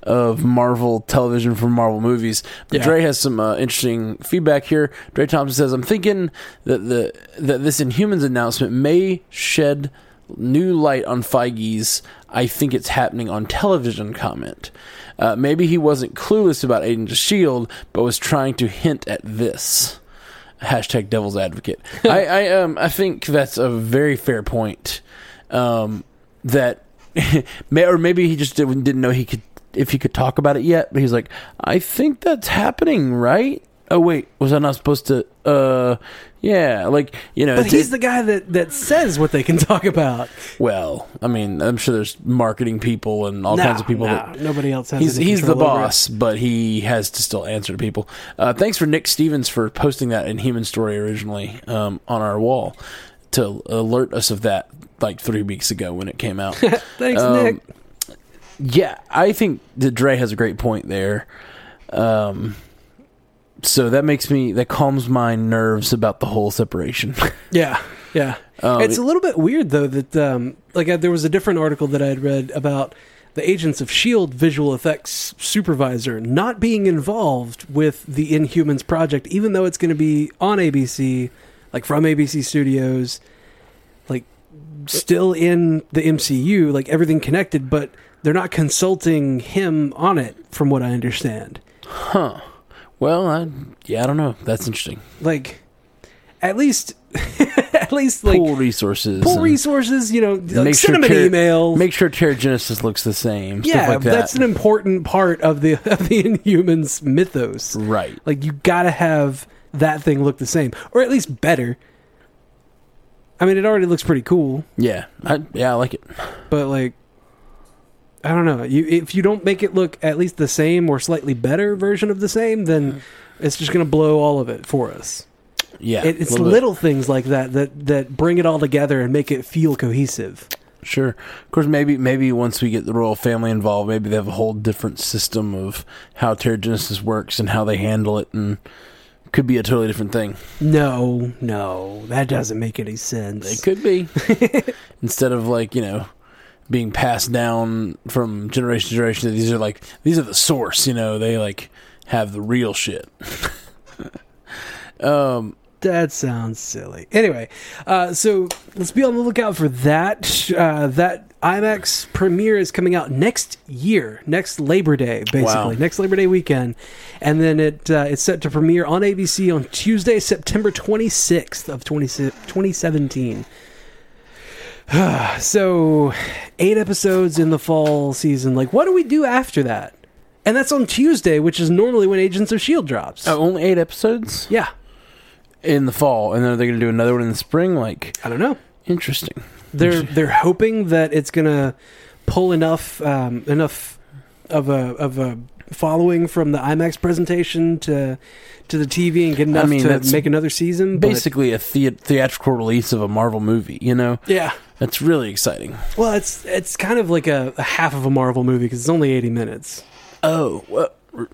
Speaker 2: of Marvel television from Marvel movies. But
Speaker 1: Yeah.
Speaker 2: Dre has some uh, interesting feedback here. Dre Thompson says, "I'm thinking that the that this Inhumans announcement may shed new light on Feige's I think it's happening on television comment. Uh, maybe he wasn't clueless about Agents of Shield, E but was trying to hint at this." hashtag devil's advocate. [laughs] I, I um I think that's a very fair point. Um, that [laughs] may or maybe he just didn't, didn't know he could if he could talk about it yet. But he's like, I think that's happening, right? Oh wait, was I not supposed to? Uh, yeah, like you know,
Speaker 1: But
Speaker 2: it-
Speaker 1: he's the guy that that says what they can talk about.
Speaker 2: well, I mean, I'm sure there's marketing people and all
Speaker 1: No,
Speaker 2: kinds of people
Speaker 1: no,
Speaker 2: that
Speaker 1: nobody else has.
Speaker 2: he's
Speaker 1: any
Speaker 2: he's the
Speaker 1: control over it.
Speaker 2: boss, but he has to still answer to people. Uh, thanks for Nick Stevens for posting that in Human Story originally um, on our wall to alert us of that like three weeks ago when it
Speaker 1: [laughs]
Speaker 2: came out.
Speaker 1: Thanks,
Speaker 2: Um,
Speaker 1: Nick.
Speaker 2: yeah, I think that Dre has a great point there. Um, so that makes me that calms my nerves about the whole separation. [laughs]
Speaker 1: Yeah, yeah.
Speaker 2: Um,
Speaker 1: it's a little bit weird though that um, like I, there was a different article that I had read about the Agents of Shield E visual effects supervisor not being involved with the Inhumans project, even though it's going to be on ABC, like from ABC Studios, like still in the MCU, like everything connected, but they're not consulting him on it, from what I understand.
Speaker 2: huh? Well, I, yeah, I don't know. That's interesting.
Speaker 1: Like, at least, [laughs] at least like.
Speaker 2: pool resources.
Speaker 1: Pool
Speaker 2: and-
Speaker 1: resources, you know, like,
Speaker 2: Make sure
Speaker 1: send him
Speaker 2: Ter-
Speaker 1: an email.
Speaker 2: Make sure Terra Genesis looks the same.
Speaker 1: yeah,
Speaker 2: stuff like that.
Speaker 1: that's an important part of the [laughs] of the Inhumans mythos.
Speaker 2: right.
Speaker 1: Like you gotta have that thing look the same, or at least better. I mean, it already looks pretty cool,
Speaker 2: Yeah, I, yeah, I like it.
Speaker 1: but like, I don't know. You if you don't make it look at least the same or slightly better version of the same, then it's just gonna blow all of it for us.
Speaker 2: Yeah,
Speaker 1: It, it's
Speaker 2: bit.
Speaker 1: little things like that that that bring it all together and make it feel cohesive.
Speaker 2: Sure, of course. Maybe, maybe once we get the royal family involved, maybe they have a whole different system of how Terra Genesis works and how they handle it, and could be a totally different thing.
Speaker 1: No, no, that doesn't make any sense.
Speaker 2: It could [laughs] be instead of like you know being passed down from generation to generation. These are like these are the source. You know, they like have the real shit. [laughs] um.
Speaker 1: That sounds silly. Anyway, uh, so let's be on the lookout for that. Uh, that IMAX premiere is coming out next year, next Labor Day, basically
Speaker 2: Wow.
Speaker 1: next Labor Day weekend, and then it uh, it's set to premiere on ABC on Tuesday, September twenty sixth of 20, 2017. [sighs] so, eight episodes in the fall season. Like, what do we do after that? And that's on Tuesday, which is normally when Agents of Shield E drops.
Speaker 2: Oh, only eight episodes
Speaker 1: yeah,
Speaker 2: in the fall, and then are they going to do another one in the spring? Like,
Speaker 1: I don't know.
Speaker 2: interesting. [laughs]
Speaker 1: they're they're hoping that it's gonna pull enough um, enough of a of a following from the IMAX presentation to to the TV and get enough
Speaker 2: mean,
Speaker 1: to
Speaker 2: that's
Speaker 1: make another season. but-
Speaker 2: Basically, a thea- theatrical release of a Marvel movie. You know,
Speaker 1: yeah.
Speaker 2: that's really exciting.
Speaker 1: Well, it's it's kind of like a, a half of a Marvel movie because it's only eighty minutes. [laughs]
Speaker 2: Oh, well, r-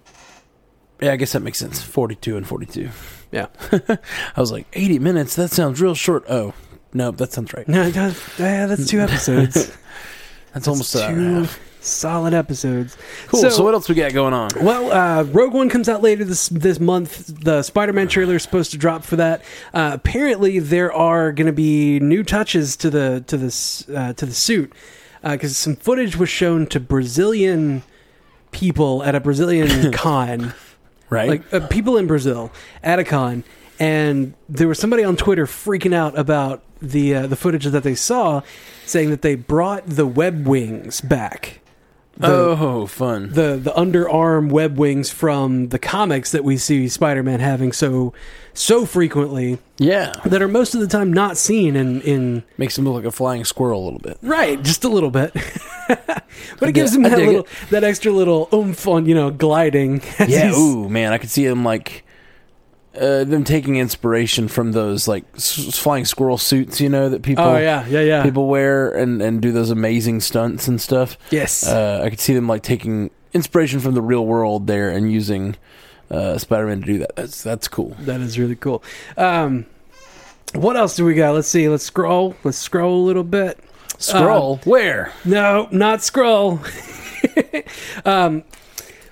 Speaker 2: yeah, I guess that makes sense. Forty-two and forty-two.
Speaker 1: Yeah.
Speaker 2: [laughs] I was like, eighty minutes. That sounds real short. Oh, no, that sounds right. [laughs]
Speaker 1: No, it does- yeah, that's two episodes.
Speaker 2: That's, almost an hour and a
Speaker 1: two
Speaker 2: half.
Speaker 1: solid episodes.
Speaker 2: Cool. So, what else we got going on?
Speaker 1: Well, uh, Rogue One comes out later this this month. The Spider Man trailer is supposed to drop for that. Uh, apparently, there are going to be new touches to the to this uh, to the suit because some footage was shown to Brazilian people at a Brazilian con,
Speaker 2: Right.
Speaker 1: like uh, people in Brazil at a con, and there was somebody on Twitter freaking out about the uh, the footage that they saw, saying that they brought the web wings back
Speaker 2: oh, fun.
Speaker 1: the the underarm web wings from the comics that we see Spider-Man having so so frequently
Speaker 2: yeah.
Speaker 1: that are most of the time not seen in in
Speaker 2: Makes him look like a flying squirrel a
Speaker 1: [laughs]
Speaker 2: little bit.
Speaker 1: right just a little bit [laughs] but it gives
Speaker 2: dig-
Speaker 1: him
Speaker 2: I
Speaker 1: that
Speaker 2: dig
Speaker 1: little that extra little oomph on you know gliding [laughs] as
Speaker 2: Yeah.
Speaker 1: he's-
Speaker 2: Ooh, man, I could see him like uh, them taking inspiration from those like s- flying squirrel suits, you know, that people
Speaker 1: oh yeah yeah yeah
Speaker 2: people wear and and do those amazing stunts and stuff.
Speaker 1: yes
Speaker 2: Uh, I could see them like taking inspiration from the real world there and using uh, Spider-Man to do that. That's that's cool.
Speaker 1: that is really cool um what else do we got let's see let's scroll let's scroll a little bit
Speaker 2: Scroll
Speaker 1: Uh,
Speaker 2: where?
Speaker 1: No, not scroll. [laughs] um,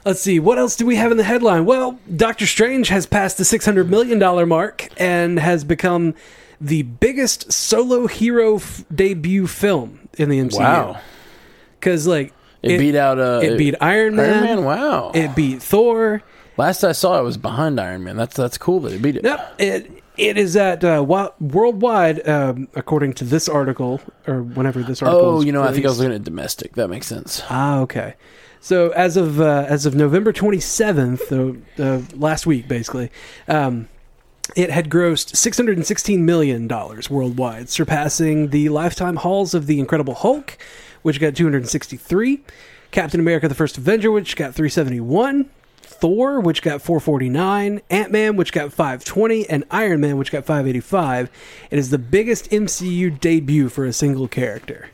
Speaker 1: let's see. What else do we have in the headline? Well, Doctor Strange has passed the $600 million mark and has become the biggest solo hero f- debut film in the MCU.
Speaker 2: Wow.
Speaker 1: Because, like,
Speaker 2: It, beat out uh,
Speaker 1: it beat Iron Man.
Speaker 2: Iron Man. Wow.
Speaker 1: It beat Thor.
Speaker 2: Last I saw, it was behind Iron Man. That's that's cool that it beat it.
Speaker 1: Yep. It, it is at uh, wo- worldwide, um, according to this article, or whenever this article
Speaker 2: Oh,
Speaker 1: was
Speaker 2: you know, I think I was
Speaker 1: released.
Speaker 2: looking at domestic. That makes sense.
Speaker 1: Ah, okay. So as of uh, as of November 27th, uh, uh, last week basically, um, it had grossed 616 million dollars worldwide, surpassing the lifetime hauls of the Incredible Hulk, which got 263, Captain America: The First Avenger, which got 371. Thor, which got 449, Ant Man, which got 520, and Iron Man, which got 585. It is the biggest MCU debut for a single character.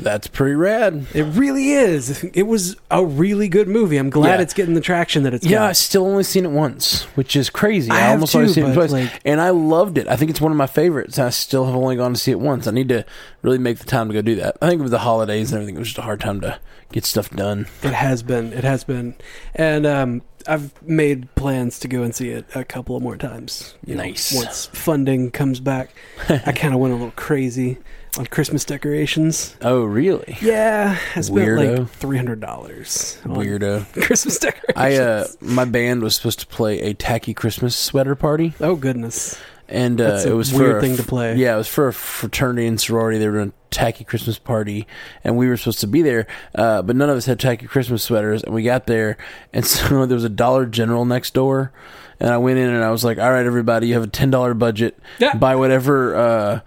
Speaker 2: That's pretty rad.
Speaker 1: It really is. It was a really good movie. I'm glad
Speaker 2: Yeah.
Speaker 1: it's getting the traction that it's
Speaker 2: Yeah, I
Speaker 1: got.
Speaker 2: still only seen it once, which is crazy.
Speaker 1: I
Speaker 2: I,
Speaker 1: have
Speaker 2: almost
Speaker 1: too,
Speaker 2: only seen it
Speaker 1: but,
Speaker 2: twice,
Speaker 1: like-
Speaker 2: and I loved it. I think it's one of my favorites. I still have only gone to see it once. I need to really make the time to go do that. I think with the holidays and everything, it was just a hard time to get stuff done.
Speaker 1: It has been. It has been. And um, I've made plans to go and see it a couple of more times. you know,
Speaker 2: Nice.
Speaker 1: once funding comes back,
Speaker 2: [laughs]
Speaker 1: I kind of went a little crazy on Christmas decorations.
Speaker 2: Oh, really?
Speaker 1: Yeah, I spent
Speaker 2: Weirdo.
Speaker 1: like three hundred dollars on
Speaker 2: Weirdo.
Speaker 1: [laughs] Christmas decorations.
Speaker 2: I uh, my band was supposed to play a tacky Christmas sweater party,
Speaker 1: oh goodness,
Speaker 2: and uh,
Speaker 1: That's a
Speaker 2: it was
Speaker 1: weird
Speaker 2: for a
Speaker 1: thing
Speaker 2: f-
Speaker 1: to play.
Speaker 2: Yeah, it was for a fraternity and sorority. They were doing a tacky Christmas party, and we were supposed to be there, uh, but none of us had tacky Christmas sweaters. And we got there, and [laughs] so there was a Dollar General next door, and I went in and I was like, "All right, everybody, you have a ten dollar budget.
Speaker 1: Yeah.
Speaker 2: Buy whatever." Uh,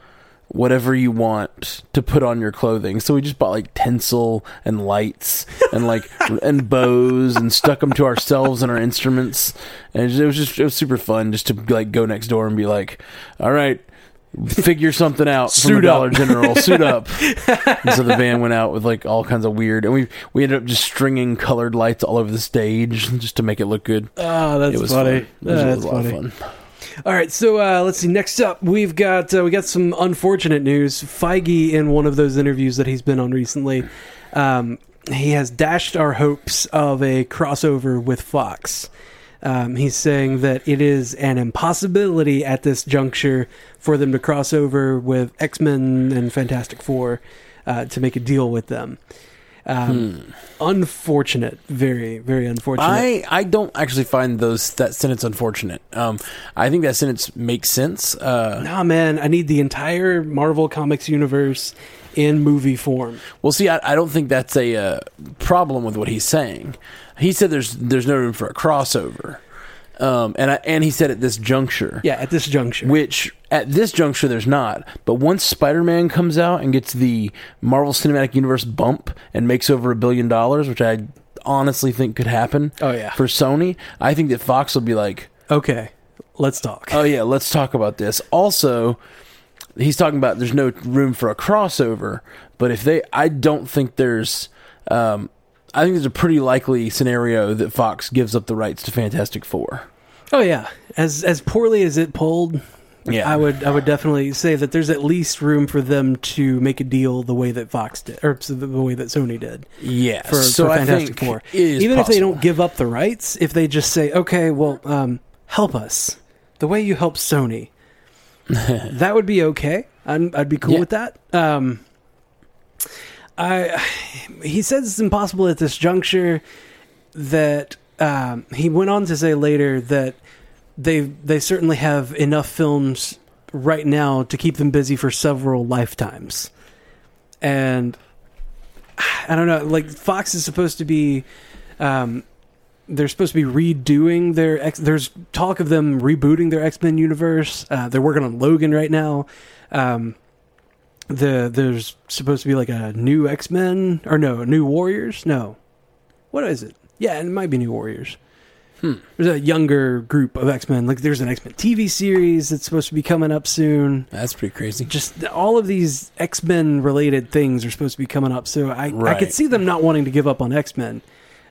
Speaker 2: Whatever you want to put on your clothing, so we just bought like tinsel and lights and like and bows and stuck them to ourselves and our instruments, and it was just it was super fun just to like go next door and be like, all right, figure something out from
Speaker 1: Suit
Speaker 2: the Dollar
Speaker 1: up. [laughs]
Speaker 2: General, suit up. And so the band went out with like all kinds of weird, and we we ended up just stringing colored lights all over the stage just to make it look good.
Speaker 1: oh that's
Speaker 2: it was
Speaker 1: funny.
Speaker 2: fun. It was, it
Speaker 1: That's
Speaker 2: was a lot
Speaker 1: funny.
Speaker 2: of fun.
Speaker 1: All right, so uh, let's see. Next up, we've got uh, we got some unfortunate news. Feige, in one of those interviews that he's been on recently, um, he has dashed our hopes of a crossover with Fox. Um, he's saying that it is an impossibility at this juncture for them to cross over with X Men and Fantastic Four uh, to make a deal with them. Um, Unfortunate, very very unfortunate.
Speaker 2: I I don't actually find those that sentence unfortunate. Um, I think that sentence makes sense. Uh,
Speaker 1: Nah, man, I need the entire Marvel Comics universe in movie form.
Speaker 2: well, see, I, I don't think that's a uh, problem with what he's saying. He said there's there's no room for a crossover, um, and I, and he said at this juncture.
Speaker 1: Yeah, at this juncture.
Speaker 2: which at this juncture there's not. But once Spider-Man comes out and gets the Marvel Cinematic Universe bump and makes over a billion dollars, which I honestly think could happen.
Speaker 1: Oh, yeah.
Speaker 2: for Sony, I think that Fox will be like,
Speaker 1: okay, let's talk.
Speaker 2: "Oh yeah, let's talk about this." Also, he's talking about there's no room for a crossover, but if they, I don't think there's. Um, I think there's a pretty likely scenario that Fox gives up the rights to Fantastic Four.
Speaker 1: oh yeah, as as poorly as it pulled,
Speaker 2: Yeah.
Speaker 1: I would I would definitely say that there's at least room for them to make a deal the way that Fox did, or the way that Sony did
Speaker 2: Yeah.
Speaker 1: for,
Speaker 2: so
Speaker 1: for
Speaker 2: I
Speaker 1: Fantastic
Speaker 2: think
Speaker 1: Four.
Speaker 2: it is
Speaker 1: Even if they
Speaker 2: possible.
Speaker 1: don't give up the rights, if they just say, "Okay, well, um, help us," the way you help Sony,
Speaker 2: [laughs]
Speaker 1: that would be okay. I'd, I'd be cool
Speaker 2: Yeah.
Speaker 1: with that. Um, I, he says it's impossible at this juncture. That um, he went on to say later that they they certainly have enough films right now to keep them busy for several lifetimes, and I don't know. Like Fox is supposed to be, um, they're supposed to be redoing their. X, there's talk of them rebooting their X Men universe. Uh, they're working on Logan right now. Um, the there's supposed to be like a new X Men or no New Warriors. No, what is it? Yeah, it might be New Warriors. There's a younger group of X Men. Like there's an X Men TV series that's supposed to be coming up soon
Speaker 2: That's pretty crazy.
Speaker 1: just all of these X Men related things are supposed to be coming up. So I, I could
Speaker 2: Right.
Speaker 1: see them not wanting to give up on X Men.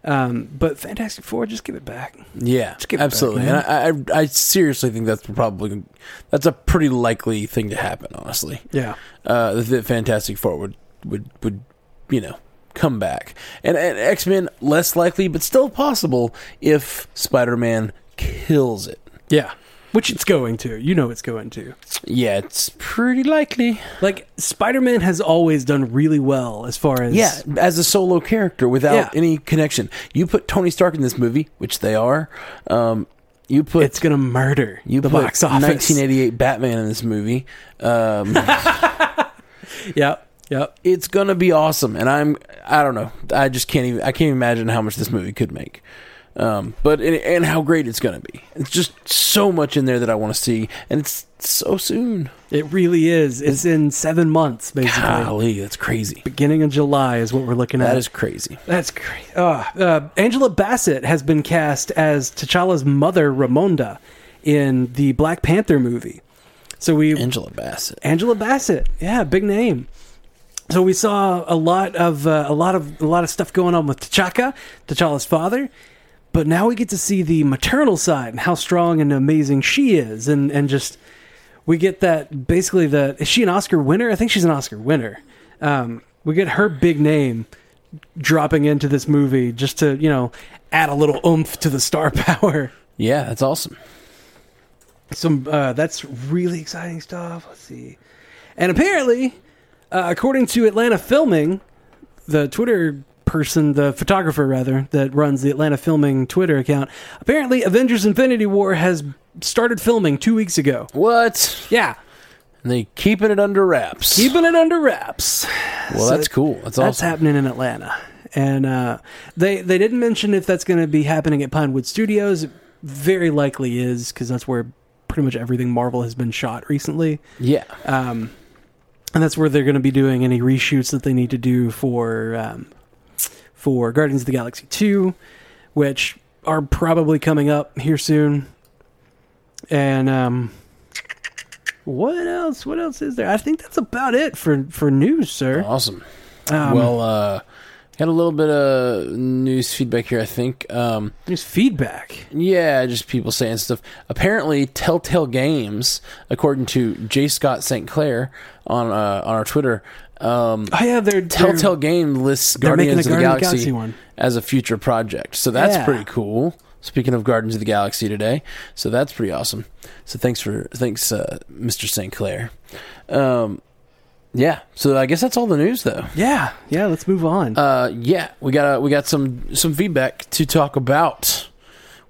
Speaker 1: Um, but Fantastic Four, just give it back.
Speaker 2: Yeah,
Speaker 1: give it back,
Speaker 2: absolutely.
Speaker 1: man.
Speaker 2: and I, I, I seriously think that's probably that's a pretty likely thing to happen. Honestly,
Speaker 1: Yeah.
Speaker 2: uh, that Fantastic Four would would would you know come back, and, and X Men less likely, but still possible if Spider Man kills it.
Speaker 1: Yeah. Which it's going to. You know it's going to.
Speaker 2: Yeah, it's pretty likely.
Speaker 1: Like, Spider Man has always done really well as far as.
Speaker 2: Yeah, as a solo character without
Speaker 1: Yeah.
Speaker 2: any connection, you put Tony Stark in this movie, which they are. Um, you put
Speaker 1: It's going to murder
Speaker 2: you
Speaker 1: the
Speaker 2: put
Speaker 1: box office.
Speaker 2: 1988 Batman in this movie. Um,
Speaker 1: [laughs] Yep. Yep.
Speaker 2: it's gonna be awesome and i'm i don't know i just can't even i can't even imagine how much this movie could make um but and, and how great it's gonna be it's just so much in there that i want to see and it's so soon
Speaker 1: It really is. It's in seven months, basically.
Speaker 2: golly that's crazy
Speaker 1: Beginning of July is what we're looking at.
Speaker 2: that is crazy
Speaker 1: That's great. Uh, uh, Angela Bassett has been cast as T'Challa's mother, Ramonda, in the Black Panther movie. So we
Speaker 2: angela bassett
Speaker 1: Angela Bassett, yeah, big name. So we saw a lot of uh, a lot of a lot of stuff going on with T'Chaka, T'Challa's father, but now we get to see the maternal side and how strong and amazing she is, and and just we get that basically the is she an Oscar winner? I think she's an Oscar winner. Um, we get her big name dropping into this movie just to you know add a little oomph to the star [laughs] power.
Speaker 2: yeah that's awesome
Speaker 1: Some uh, that's really exciting stuff. Let's see, and apparently, uh, according to Atlanta Filming, the Twitter person, the photographer rather that runs the Atlanta Filming Twitter account, apparently Avengers: Infinity War has started filming two weeks ago.
Speaker 2: what
Speaker 1: Yeah,
Speaker 2: and they keeping it under wraps
Speaker 1: keeping it under wraps.
Speaker 2: well that's cool that's awesome
Speaker 1: That's happening in Atlanta, and uh, they they didn't mention if that's going to be happening at Pinewood Studios. It very likely is because that's where pretty much everything Marvel has been shot recently,
Speaker 2: yeah
Speaker 1: um, and that's where they're going to be doing any reshoots that they need to do for um, for Guardians of the Galaxy two, which are probably coming up here soon. And um, what else? What else is there? I think that's about it for for news, sir.
Speaker 2: awesome
Speaker 1: Um,
Speaker 2: well uh had a little bit of news feedback here i think um
Speaker 1: There's feedback.
Speaker 2: Yeah, just people saying stuff. Apparently, Telltale Games, according to J. Scott St. Clair on uh, on our Twitter, um,
Speaker 1: Oh yeah, they're
Speaker 2: Telltale Game lists
Speaker 1: They're, they're making a
Speaker 2: Guardians of the
Speaker 1: Guardians
Speaker 2: Galaxy,
Speaker 1: one.
Speaker 2: as a future project. So that's
Speaker 1: Yeah.
Speaker 2: pretty cool. Speaking of Guardians of the Galaxy today, so that's pretty awesome. So thanks for thanks, uh, Mr. St. Clair. Um, yeah, so I guess that's all the news though.
Speaker 1: Yeah, yeah. Let's move on.
Speaker 2: Uh, yeah, we got uh, we got some some feedback to talk about.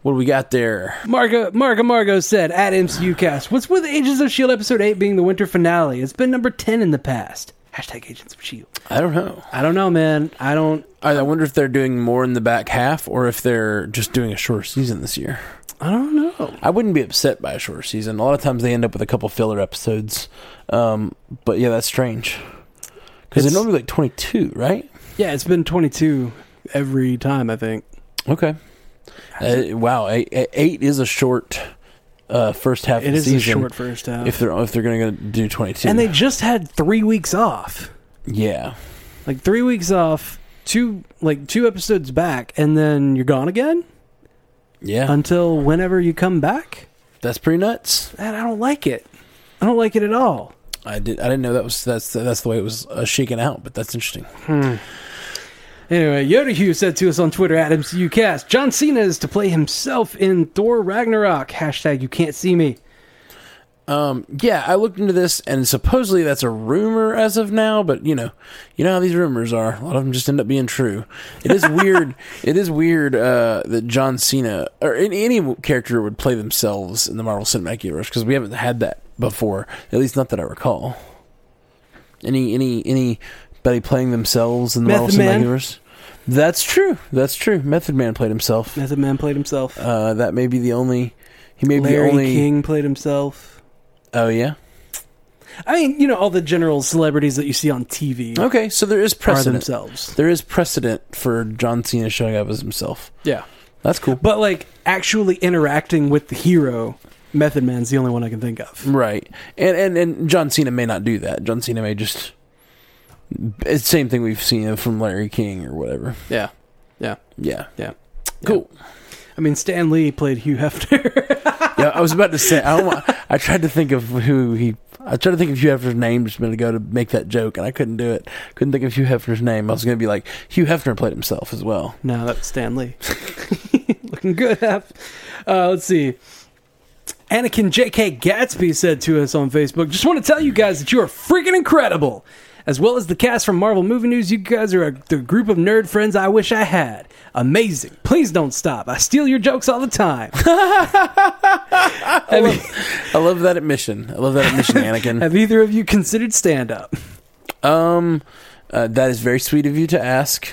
Speaker 2: What do we got there?
Speaker 1: Margo, Margo, Margo said at MCUcast, "What's with Agents of Shield E episode eight being the winter finale? It's been number ten in the past." Hashtag Agents of Shield.
Speaker 2: I don't know.
Speaker 1: I don't know, man. I don't.
Speaker 2: I, I wonder if they're doing more in the back half or if they're just doing a shorter season this year.
Speaker 1: I don't know.
Speaker 2: I wouldn't be upset by a shorter season. A lot of times they end up with a couple filler episodes. Um, but yeah, that's strange. Because they're
Speaker 1: It's-
Speaker 2: normally like 22, right?
Speaker 1: Yeah, it's been twenty two every time. I think.
Speaker 2: Okay. Uh, wow, eight, eight is a short uh, first half
Speaker 1: It
Speaker 2: of the
Speaker 1: is a
Speaker 2: season.
Speaker 1: short first half.
Speaker 2: if they're if they're going to do 22.
Speaker 1: and they just had three weeks off,
Speaker 2: yeah.
Speaker 1: like three weeks off, two like two episodes back, and then you're gone again
Speaker 2: Yeah.
Speaker 1: until whenever you come back.
Speaker 2: that's pretty nuts.
Speaker 1: Man, I don't like it. I don't like it at all.
Speaker 2: I did. I didn't know that was that's that's the way it was uh, shaken out. But that's interesting.
Speaker 1: Anyway, Yoda Hugh said to us on Twitter at MCUcast, John Cena is to play himself in Thor Ragnarok. Hashtag you can't see me.
Speaker 2: Um, yeah, I looked into this, and supposedly that's a rumor as of now. But you know, you know how these rumors are. A lot of them just end up being true. It is weird. it is weird uh, that John Cena or any, any character would play themselves in the Marvel Cinematic Universe because we haven't had that before. At least not that I recall. Any any anybody playing themselves in the
Speaker 1: Method
Speaker 2: Marvel Cinematic
Speaker 1: Man.
Speaker 2: Universe? That's true. That's true. Method Man played himself.
Speaker 1: Method Man played himself.
Speaker 2: Uh, that may be the only. He may be the
Speaker 1: Larry
Speaker 2: only.
Speaker 1: King played himself.
Speaker 2: Oh yeah.
Speaker 1: I mean, you know, all the general celebrities that you see on TV
Speaker 2: Okay, so there is
Speaker 1: are
Speaker 2: precedent.
Speaker 1: themselves.
Speaker 2: There is precedent for John Cena showing up as himself.
Speaker 1: Yeah.
Speaker 2: That's cool.
Speaker 1: But, like, actually interacting with the hero, Method Man's the only one I can think of.
Speaker 2: Right. And and and John Cena may not do that. John Cena may just it's the same thing we've seen from Larry King or whatever.
Speaker 1: Yeah. Yeah.
Speaker 2: Yeah.
Speaker 1: Yeah.
Speaker 2: Cool.
Speaker 1: I mean, Stan Lee played Hugh Hefner.
Speaker 2: Yeah, I was about to say I almo- I tried to think of who he I tried to think of Hugh Hefner's name just a minute ago to make that joke and I couldn't do it. Couldn't think of Hugh Hefner's name. I was gonna be like, Hugh Hefner played himself as well.
Speaker 1: no, that's Stan Lee. [laughs] Looking good, Hef. Uh, let's see. Anakin J.K. Gatsby said to us on Facebook, just want to tell you guys that you are freaking incredible. As well as the cast from Marvel Movie News, you guys are a, the group of nerd friends I wish I had. Amazing. Please don't stop. I steal your jokes all the time. have, e-
Speaker 2: I love that admission. I love that admission, Anakin.
Speaker 1: have either of you considered stand up?
Speaker 2: Um, uh, that is very sweet of you to ask.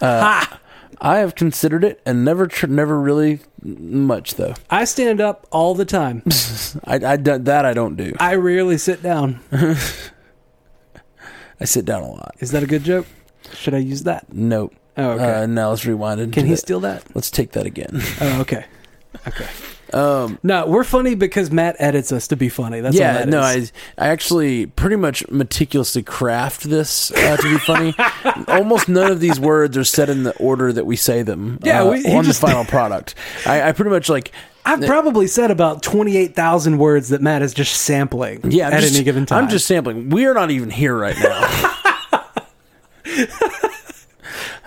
Speaker 2: Uh.
Speaker 1: ha!
Speaker 2: I have considered it and never, tr- never really much though. [laughs]
Speaker 1: I stand up all the time.
Speaker 2: I, I don't- that I don't do.
Speaker 1: I rarely sit down.
Speaker 2: I sit down a lot.
Speaker 1: Is that a good joke? Should I use that?
Speaker 2: Nope.
Speaker 1: Oh, okay.
Speaker 2: Uh, now let's rewind it.
Speaker 1: Can he steal that?
Speaker 2: let's take that again. [laughs]
Speaker 1: Oh, okay. Okay.
Speaker 2: Um,
Speaker 1: No, we're funny because Matt edits us to be funny. That's all
Speaker 2: yeah,
Speaker 1: that
Speaker 2: no,
Speaker 1: is.
Speaker 2: I, I actually pretty much meticulously craft this uh, to be [laughs] funny. Almost none of these words are said in the order that we say them.
Speaker 1: Yeah,
Speaker 2: uh,
Speaker 1: we- he
Speaker 2: on
Speaker 1: just-
Speaker 2: the final [laughs] product. I, I pretty much like.
Speaker 1: I've probably said about 28,000 words that Matt is just sampling
Speaker 2: Yeah, I'm
Speaker 1: at
Speaker 2: just-
Speaker 1: any given time.
Speaker 2: I'm just sampling. We are not even here right now. [laughs]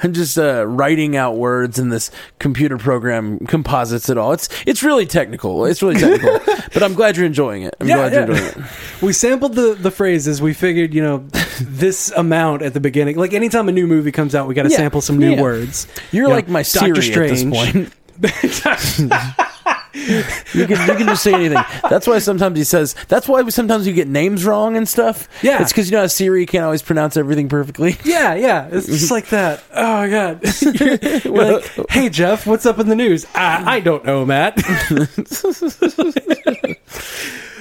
Speaker 2: I'm just uh, writing out words, and this computer program composites it all. It's it's really technical. It's really [laughs] technical, but I'm glad you're enjoying it. I'm
Speaker 1: Yeah,
Speaker 2: glad you're
Speaker 1: yeah.
Speaker 2: enjoying
Speaker 1: [laughs]
Speaker 2: it.
Speaker 1: we sampled the, the phrases. We figured, you know, this amount at the beginning. Like anytime a new movie comes out, we got to
Speaker 2: Yeah,
Speaker 1: sample some new
Speaker 2: yeah.
Speaker 1: words.
Speaker 2: You're
Speaker 1: You
Speaker 2: like
Speaker 1: know,
Speaker 2: my Siri
Speaker 1: Doctor
Speaker 2: at this
Speaker 1: Strange. [laughs]
Speaker 2: point. [laughs] You can you can just say anything. That's why sometimes he says. That's why sometimes you get names wrong and stuff.
Speaker 1: Yeah.
Speaker 2: it's because you know how Siri can't always pronounce everything perfectly.
Speaker 1: Yeah, yeah. It's just like that. Oh my god. [laughs] You're- you're like, hey Jeff, what's up in the news? I, I don't know, Matt. [laughs]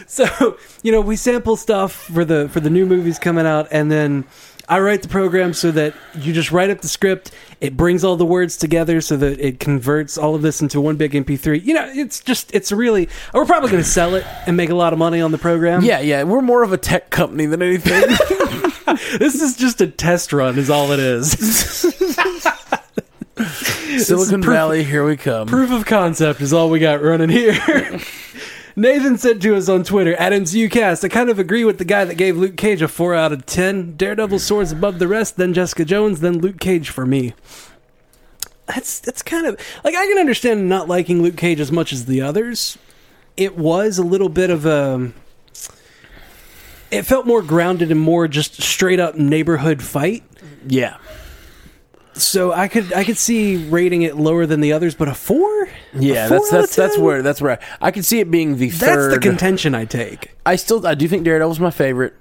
Speaker 1: so you know, we sample stuff for the for the new movies coming out, and then I write the program so that you just write up the script. It brings all the words together so that it converts all of this into one big MP3. You know, it's just it's really we're probably going to sell it and make a lot of money on the program.
Speaker 2: Yeah, yeah. We're more of a tech company than [laughs] anything.
Speaker 1: this is just a test run, is all it is.
Speaker 2: Silicon
Speaker 1: proof-
Speaker 2: Valley, here we come.
Speaker 1: proof of concept is all we got running here. [laughs] Nathan said to us on Twitter, at MCUcast, I kind of agree with the guy that gave Luke Cage a 4 out of 10. Daredevil soars above the rest, then Jessica Jones, then Luke Cage for me. That's that's kind of like I can understand not liking Luke Cage as much as the others. It was a little bit of a it felt more grounded and more just straight up neighborhood fight.
Speaker 2: Yeah.
Speaker 1: So I could I could see rating it lower than the others, but a 4?
Speaker 2: Yeah,
Speaker 1: A
Speaker 2: that's
Speaker 1: four out of
Speaker 2: that's that's
Speaker 1: 10?
Speaker 2: where that's where I, I could see it being the
Speaker 1: That's
Speaker 2: third.
Speaker 1: the contention I take.
Speaker 2: I still I do think Daredevil's my favorite,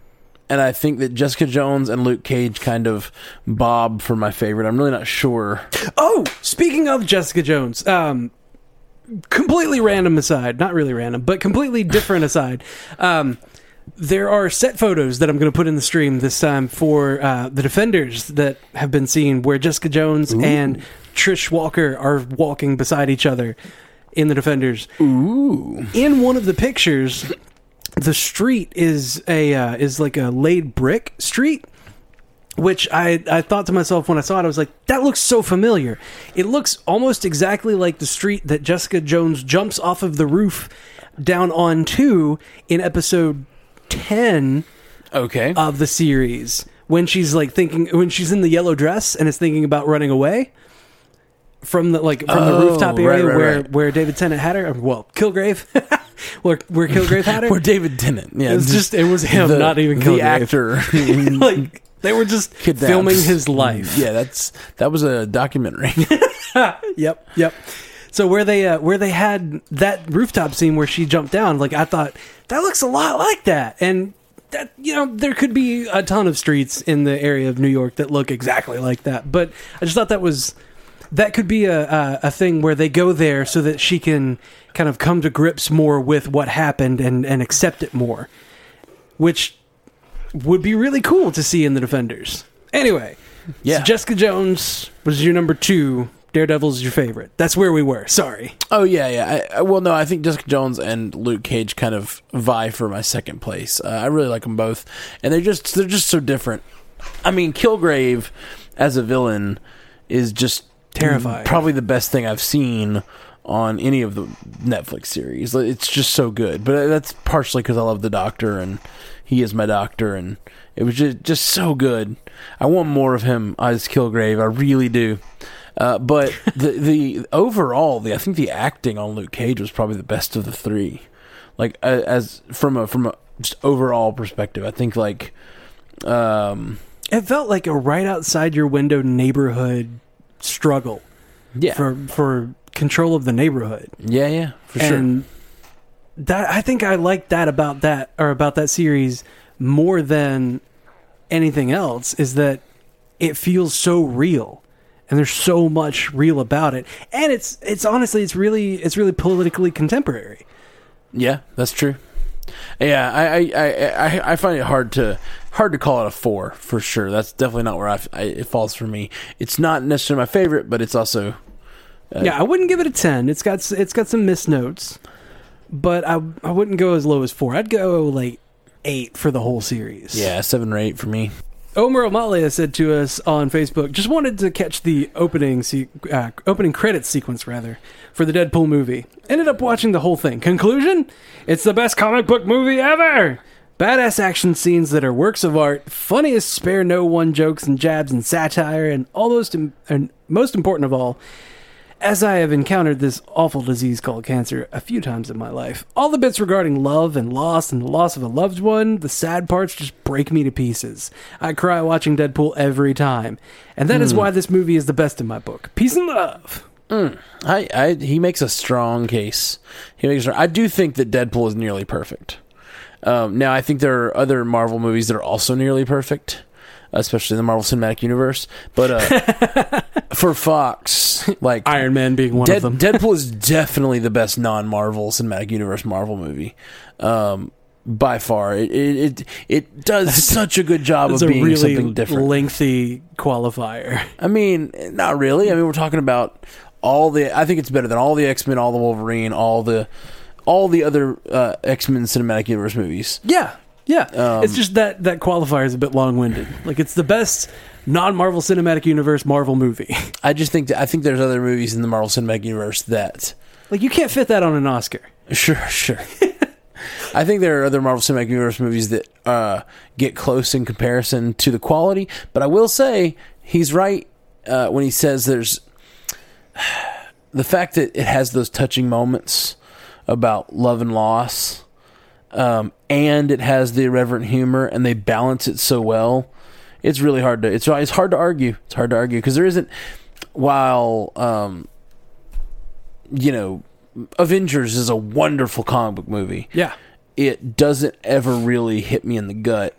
Speaker 2: and I think that Jessica Jones and Luke Cage kind of bob for my favorite. I'm really not sure.
Speaker 1: Oh, speaking of Jessica Jones, um, completely random aside, not really random, but completely different aside. Um, there are set photos that I'm going to put in the stream this time for uh, the defenders that have been seen, where Jessica Jones and Trish Walker are walking beside each other in the defenders.
Speaker 2: Ooh,
Speaker 1: In one of the pictures, the street is a uh, is like a laid brick street which I, I thought to myself when I saw it, I was like, that looks so familiar. It looks almost exactly like the street that Jessica Jones jumps off of the roof down onto in episode 10
Speaker 2: Okay.
Speaker 1: of the series when she's like thinking when she's in the yellow dress and is thinking about running away from the like from the
Speaker 2: Oh,
Speaker 1: rooftop
Speaker 2: right,
Speaker 1: area
Speaker 2: right,
Speaker 1: where
Speaker 2: right.
Speaker 1: where David Tennant had her. Well, Kilgrave, [laughs] where where Kilgrave had her.
Speaker 2: Or David Tennant. Yeah.
Speaker 1: it was just it was him,
Speaker 2: the-
Speaker 1: not even Kilgrave. [laughs]
Speaker 2: the actor.
Speaker 1: like they were just
Speaker 2: Kidnapped.
Speaker 1: filming his life.
Speaker 2: Yeah, that's that was a documentary.
Speaker 1: [laughs] Yep, yep. So where they uh, where they had that rooftop scene where she jumped down, like I thought that looks a lot like that, and that you know there could be a ton of streets in the area of New York that look exactly like that. But I just thought that was that could be a a, a thing where they go there so that she can kind of come to grips more with what happened and and accept it more, which would be really cool to see in the Defenders. Anyway,
Speaker 2: Yeah.
Speaker 1: so Jessica Jones was your number two. Daredevil's your favorite. That's where we were. Sorry.
Speaker 2: Oh yeah, yeah. I, I, well, no, I think Jessica Jones and Luke Cage kind of vie for my second place. Uh, I really like them both, and they're just they're just so different. I mean, Kilgrave as a villain is just
Speaker 1: Terrifying.
Speaker 2: Probably the best thing I've seen on any of the Netflix series. Like, It's just so good. But that's partially because I love the Doctor and he is my doctor, and it was just just so good. I want more of him as Kilgrave. I really do. Uh, but the the overall, the I think the acting on Luke Cage was probably the best of the three. Like a- as from a from a just overall perspective, I think like um
Speaker 1: It felt like a right outside your window neighborhood struggle
Speaker 2: yeah
Speaker 1: for for control of the neighborhood.
Speaker 2: yeah yeah for sure
Speaker 1: and that I think I liked that about that or about that series more than anything else is that it feels so real and there's so much real about it and it's it's honestly it's really it's really politically contemporary
Speaker 2: yeah that's true. Yeah, I I, I I I find it hard to hard to call it a four for sure. That's definitely not where I, f- I- it falls for me. It's not necessarily my favorite, but it's also Uh,
Speaker 1: yeah i wouldn't give it a 10 it's got s- it's got some missed notes but i i wouldn't go as low as 4 i'd go like 8 for the whole series
Speaker 2: yeah seven or eight for me.
Speaker 1: Omer Amalia said to us on Facebook, just wanted to catch the opening se- uh, opening credits sequence rather for the Deadpool movie. Ended up watching the whole thing. Conclusion: It's the best comic book movie ever. Badass action scenes that are works of art, funniest spare no one jokes and jabs and satire, and almost im- and most important of all, as I have encountered this awful disease called cancer a few times in my life, all the bits regarding love and loss and the loss of a loved one, the sad parts just break me to pieces. I cry watching Deadpool every time. And that is why this movie is the best in my book. Peace and love.
Speaker 2: I, I he makes a strong case. He makes. I do think that Deadpool is nearly perfect. Um, now I think there are other Marvel movies that are also nearly perfect, especially the Marvel Cinematic Universe. But uh, for Fox, like
Speaker 1: Iron Man being one
Speaker 2: Dead-
Speaker 1: of them.
Speaker 2: Deadpool is definitely the best non-Marvel Cinematic Universe Marvel movie. Um, by far, it it it, it does such a good job of
Speaker 1: It's a
Speaker 2: being
Speaker 1: really
Speaker 2: something different.
Speaker 1: lengthy qualifier. [laughs]
Speaker 2: I mean, not really. I mean, we're talking about all the. I think it's better than all the X Men, all the Wolverine, all the all the other uh, X Men cinematic universe movies.
Speaker 1: Yeah, yeah. it's just that that qualifier is a bit long winded. Like it's the best non Marvel Cinematic Universe Marvel movie. [laughs]
Speaker 2: I just think that, I think there's other movies in the Marvel Cinematic Universe that
Speaker 1: like you can't fit that on an Oscar.
Speaker 2: sure, sure. I think there are other Marvel Cinematic Universe movies that uh, get close in comparison to the quality. But I will say he's right uh, when he says there's [sighs] the fact that it has those touching moments about love and loss, um, and it has the irreverent humor, and they balance it so well. It's really hard to it's it's hard to argue. It's hard to argue because there isn't while um, you know Avengers is a wonderful comic book movie
Speaker 1: Yeah.
Speaker 2: it doesn't ever really hit me in the gut.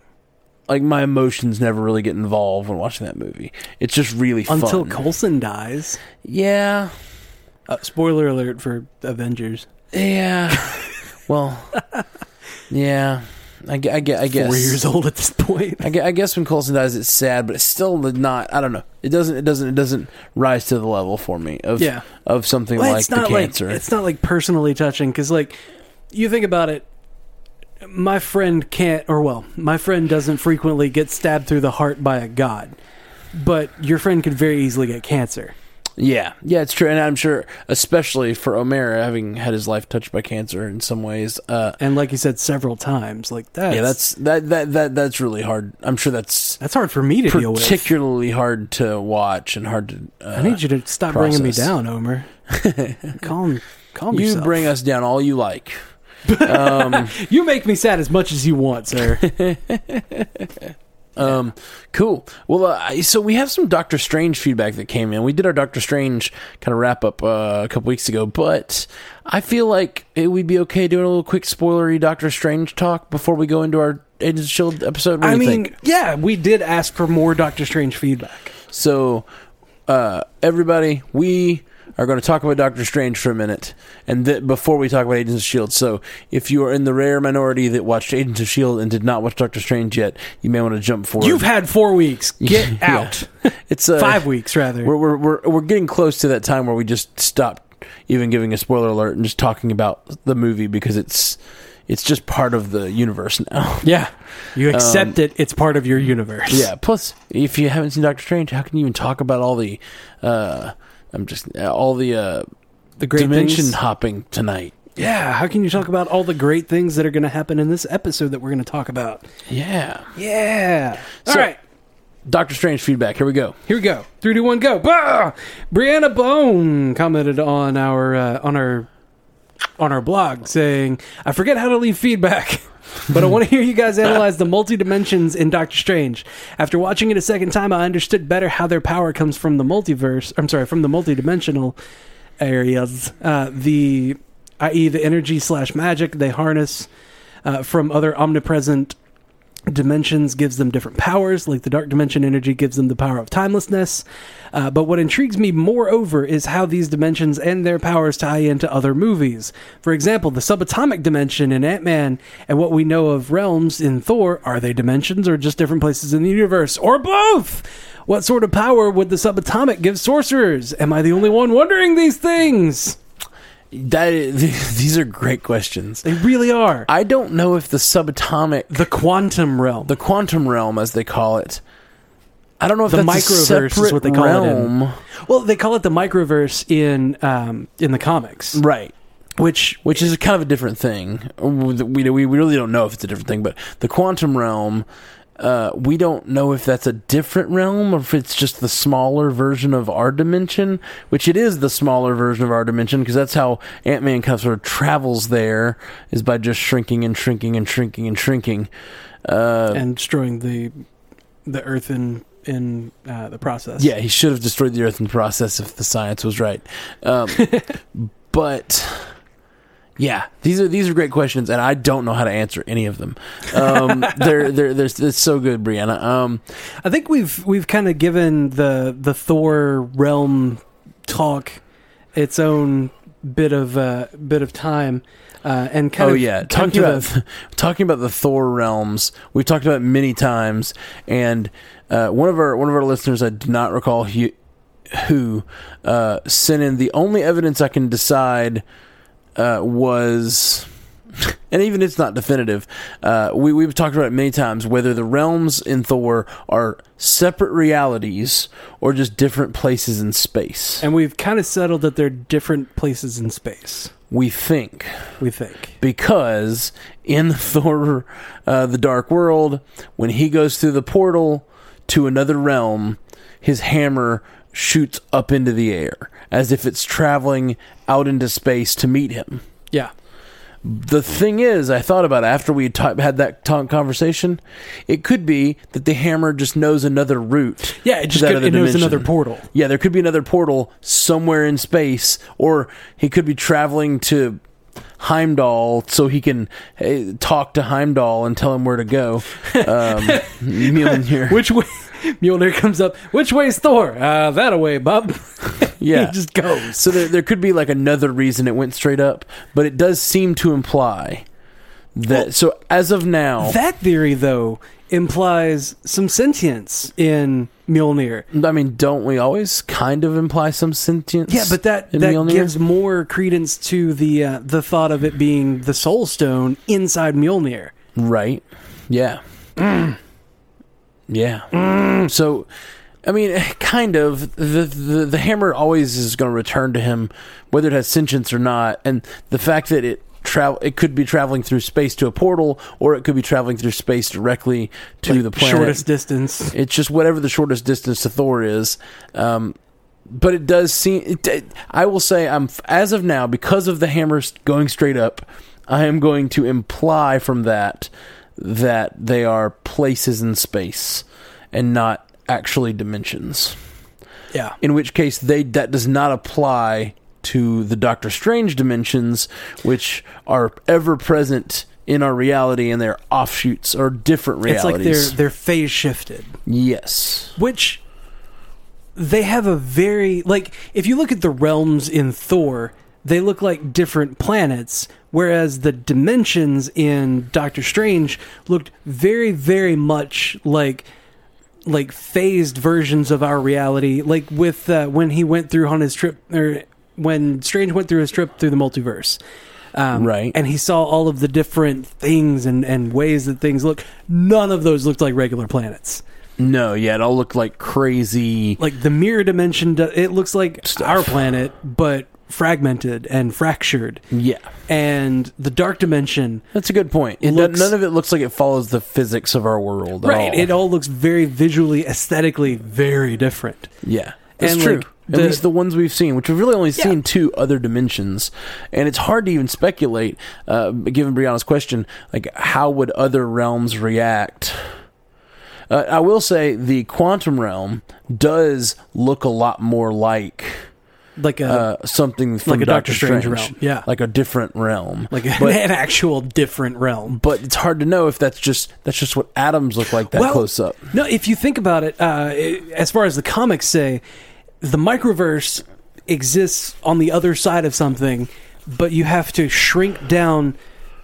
Speaker 2: Like my emotions never really get involved when watching that movie. It's just really fun.
Speaker 1: Until Coulson dies.
Speaker 2: yeah,
Speaker 1: Uh, spoiler alert for Avengers. [laughs]
Speaker 2: yeah. well, yeah. I, gue- I, gue- I guess
Speaker 1: Four years old at this point.
Speaker 2: I, gue- I guess when Coulson dies, it's sad, but it's still not. I don't know. It doesn't. It doesn't. It doesn't rise to the level for me of
Speaker 1: Yeah.
Speaker 2: of something
Speaker 1: Well,
Speaker 2: like
Speaker 1: it's
Speaker 2: the
Speaker 1: not
Speaker 2: cancer.
Speaker 1: like it's not like personally touching because like you think about it. My friend can't, or well, my friend doesn't frequently get stabbed through the heart by a god, but your friend could very easily get cancer.
Speaker 2: Yeah, yeah, it's true, and I'm sure, especially for O'Mara, having had his life touched by cancer in some ways. Uh,
Speaker 1: And like you said several times, like that.
Speaker 2: yeah, that's that, that that that's really hard. I'm sure that's
Speaker 1: that's hard for me to deal with.
Speaker 2: particularly hard to watch and hard to. Uh,
Speaker 1: I need you to stop bringing me
Speaker 2: process.
Speaker 1: down,
Speaker 2: [laughs]
Speaker 1: Homer. calm, calm
Speaker 2: uh, you
Speaker 1: yourself.
Speaker 2: bring us down all you like.
Speaker 1: you make me sad as much as you want,
Speaker 2: [laughs]
Speaker 1: sir.
Speaker 2: Um, cool. Well, uh, I- so we have some Doctor Strange feedback that came in. We did our Doctor Strange kind of wrap up uh, a couple weeks ago, but I feel like it, we'd be okay doing a little quick spoilery Doctor Strange talk before we go into our Agents of Shield E episode. What do
Speaker 1: I
Speaker 2: you
Speaker 1: mean,
Speaker 2: think?
Speaker 1: yeah, we did ask for more Doctor Strange feedback.
Speaker 2: So, uh, everybody, we are going to talk about Doctor Strange for a minute, and th- before we talk about Agents of Shield. E So, if you are in the rare minority that watched Agents of Shield E and did not watch Doctor Strange yet, you may want to jump forward.
Speaker 1: You've had four
Speaker 2: [laughs]
Speaker 1: weeks. Get
Speaker 2: Yeah.
Speaker 1: out.
Speaker 2: It's uh,
Speaker 1: Five weeks, rather.
Speaker 2: We're, we're we're we're getting close to that time where we just stop even giving a spoiler alert and just talking about the movie because it's it's just part of the universe
Speaker 1: [laughs]
Speaker 2: now.
Speaker 1: yeah, you accept it. It's part of your universe.
Speaker 2: Um, Yeah. Plus, if you haven't seen Doctor Strange, how can you even talk about all the, uh, I'm just all the uh,
Speaker 1: the great
Speaker 2: dimension
Speaker 1: things-
Speaker 2: hopping tonight?
Speaker 1: Yeah, how can you talk about all the great things that are going to happen in this episode that we're going to talk about?
Speaker 2: Yeah.
Speaker 1: Yeah. All
Speaker 2: So-
Speaker 1: right.
Speaker 2: Doctor Strange feedback. Here we go.
Speaker 1: Here we go. Three, two, one, go. Bah! Brianna Bone commented on our uh, on our on our blog saying, "I forget how to leave feedback." [laughs] But I want to hear you guys analyze the multi dimensions in Doctor Strange. After watching it a second time, I understood better how their power comes from the multiverse. I'm sorry, from the multidimensional areas, uh, the i.e. the energy slash magic they harness uh, from other omnipresent dimensions gives them different powers like the dark dimension energy gives them the power of timelessness uh, but what intrigues me moreover is how these dimensions and their powers tie into other movies for example the subatomic dimension in ant-man and what we know of realms in thor are they dimensions or just different places in the universe or both what sort of power would the subatomic give sorcerers am i the only one wondering these things
Speaker 2: That is, [laughs] these are great questions.
Speaker 1: they really are
Speaker 2: I don't know if the subatomic,
Speaker 1: the quantum realm
Speaker 2: the quantum realm, as they call it. I don't know if
Speaker 1: The
Speaker 2: that's a
Speaker 1: microverse is
Speaker 2: separate
Speaker 1: what they call it in-
Speaker 2: realm.
Speaker 1: well they call it the microverse in um, in the comics
Speaker 2: right?
Speaker 1: which
Speaker 2: which is kind of a different thing. We we we really don't know if it's a different thing, but the quantum realm, uh, we don't know if that's a different realm or if it's just the smaller version of our dimension, which it is the smaller version of our dimension because that's how Ant Man kind of sort of travels there is by just shrinking and shrinking and shrinking and shrinking. Uh,
Speaker 1: and destroying the the earth in in uh, the process.
Speaker 2: yeah, he should have destroyed the Earth in the process if the science was right. Um, but yeah, these are these are great questions, and I don't know how to answer any of them. Um, they're they're they're it's so good, Brianna. Um,
Speaker 1: I think we've we've kind of given the the Thor realm talk its own bit of uh, bit of time uh, and kind
Speaker 2: oh
Speaker 1: of
Speaker 2: yeah,
Speaker 1: come
Speaker 2: talking
Speaker 1: to
Speaker 2: about
Speaker 1: the-
Speaker 2: talking about the [laughs] Thor realms, we've talked about it many times, and uh, one of our one of our listeners, I do not recall who, who uh, sent in the only evidence I can decide uh, was. [laughs] And even it's not definitive. Uh, we we've talked about it many times whether the realms in Thor are separate realities or just different places in space.
Speaker 1: and we've kind of settled that they're different places in space.
Speaker 2: We think
Speaker 1: We think.
Speaker 2: because in [laughs] Thor, uh, the Dark World, when he goes through the portal to another realm, his hammer shoots up into the air as if it's traveling out into space to meet him.
Speaker 1: Yeah.
Speaker 2: The thing is, I thought about it after we had ta- had that ta- conversation. It could be that the hammer just knows another route.
Speaker 1: Yeah, it
Speaker 2: to
Speaker 1: just
Speaker 2: that
Speaker 1: could-
Speaker 2: other
Speaker 1: it knows
Speaker 2: dimension.
Speaker 1: another portal.
Speaker 2: Yeah, there could be another portal somewhere in space, or he could be traveling to Heimdall so he can eh, talk to Heimdall and tell him where
Speaker 1: [laughs]
Speaker 2: to go. Um, Mjolnir.
Speaker 1: Which way [laughs] Mjolnir comes up? Which way's Thor? Uh, that a way, bub. [laughs]
Speaker 2: yeah,
Speaker 1: he just goes.
Speaker 2: so there, there could be like another reason it went straight up, but it does seem to imply that. so as of now,
Speaker 1: That theory, though, implies some sentience in Mjolnir.
Speaker 2: I mean, don't we always kind of imply some sentience?
Speaker 1: Yeah, but that
Speaker 2: in
Speaker 1: that
Speaker 2: Mjolnir?
Speaker 1: gives more credence to the uh, the thought of it being the Soul Stone inside Mjolnir.
Speaker 2: right. Yeah, yeah. So I mean, [laughs] kind of. The the, the hammer always is going to return to him, whether it has sentience or not. And the fact that it travel, it could be traveling through space to a portal, or it could be traveling through space directly to the planet.
Speaker 1: Shortest distance.
Speaker 2: It's just whatever the shortest distance to Thor is. Um, but it does seem. It, it- I will say, I'm as of now because of the hammers going straight up. I am going to imply from that that they are places in space and not actually dimensions.
Speaker 1: Yeah.
Speaker 2: In which case, they that does not apply to the Doctor Strange dimensions, which are ever present in our reality, and they're offshoots or different
Speaker 1: It's like
Speaker 2: realities.
Speaker 1: they're they're phase shifted.
Speaker 2: yes.
Speaker 1: which they have a very like if you look at the realms in Thor, they look like different planets, whereas the dimensions in Doctor Strange looked very very much like like phased versions of our reality, like with uh, when he went through on his trip or when Strange went through his trip through the multiverse. Um,
Speaker 2: Right.
Speaker 1: and he saw all of the different things and, and ways that things look. None of those looked like regular planets.
Speaker 2: No, yeah, it all looked like crazy.
Speaker 1: like the mirror dimension do- it looks like
Speaker 2: Stuff.
Speaker 1: our planet but fragmented and fractured
Speaker 2: Yeah,
Speaker 1: and the dark dimension
Speaker 2: that's a good point. It,
Speaker 1: Looks-
Speaker 2: none of it looks like it follows the physics of our world. At
Speaker 1: right
Speaker 2: all.
Speaker 1: it all looks very visually aesthetically very different
Speaker 2: Yeah, that's
Speaker 1: And,
Speaker 2: true.
Speaker 1: like,
Speaker 2: At
Speaker 1: the-
Speaker 2: least the ones we've seen, which we've really only seen two other dimensions, and it's hard to even speculate. Uh, given Brianna's question, like how would other realms react? Uh, I will say the quantum realm does look a lot more like
Speaker 1: like a
Speaker 2: uh, something from
Speaker 1: Like a Doctor
Speaker 2: Doctor
Speaker 1: Strange
Speaker 2: Strange,
Speaker 1: realm, yeah.
Speaker 2: like a different realm,
Speaker 1: like a-
Speaker 2: But-
Speaker 1: [laughs] an actual different realm
Speaker 2: but it's hard to know if that's just that's just what atoms look like that
Speaker 1: Well-
Speaker 2: close up.
Speaker 1: no if you think about it uh, i- as far as the comics say the microverse exists on the other side of something but you have to shrink down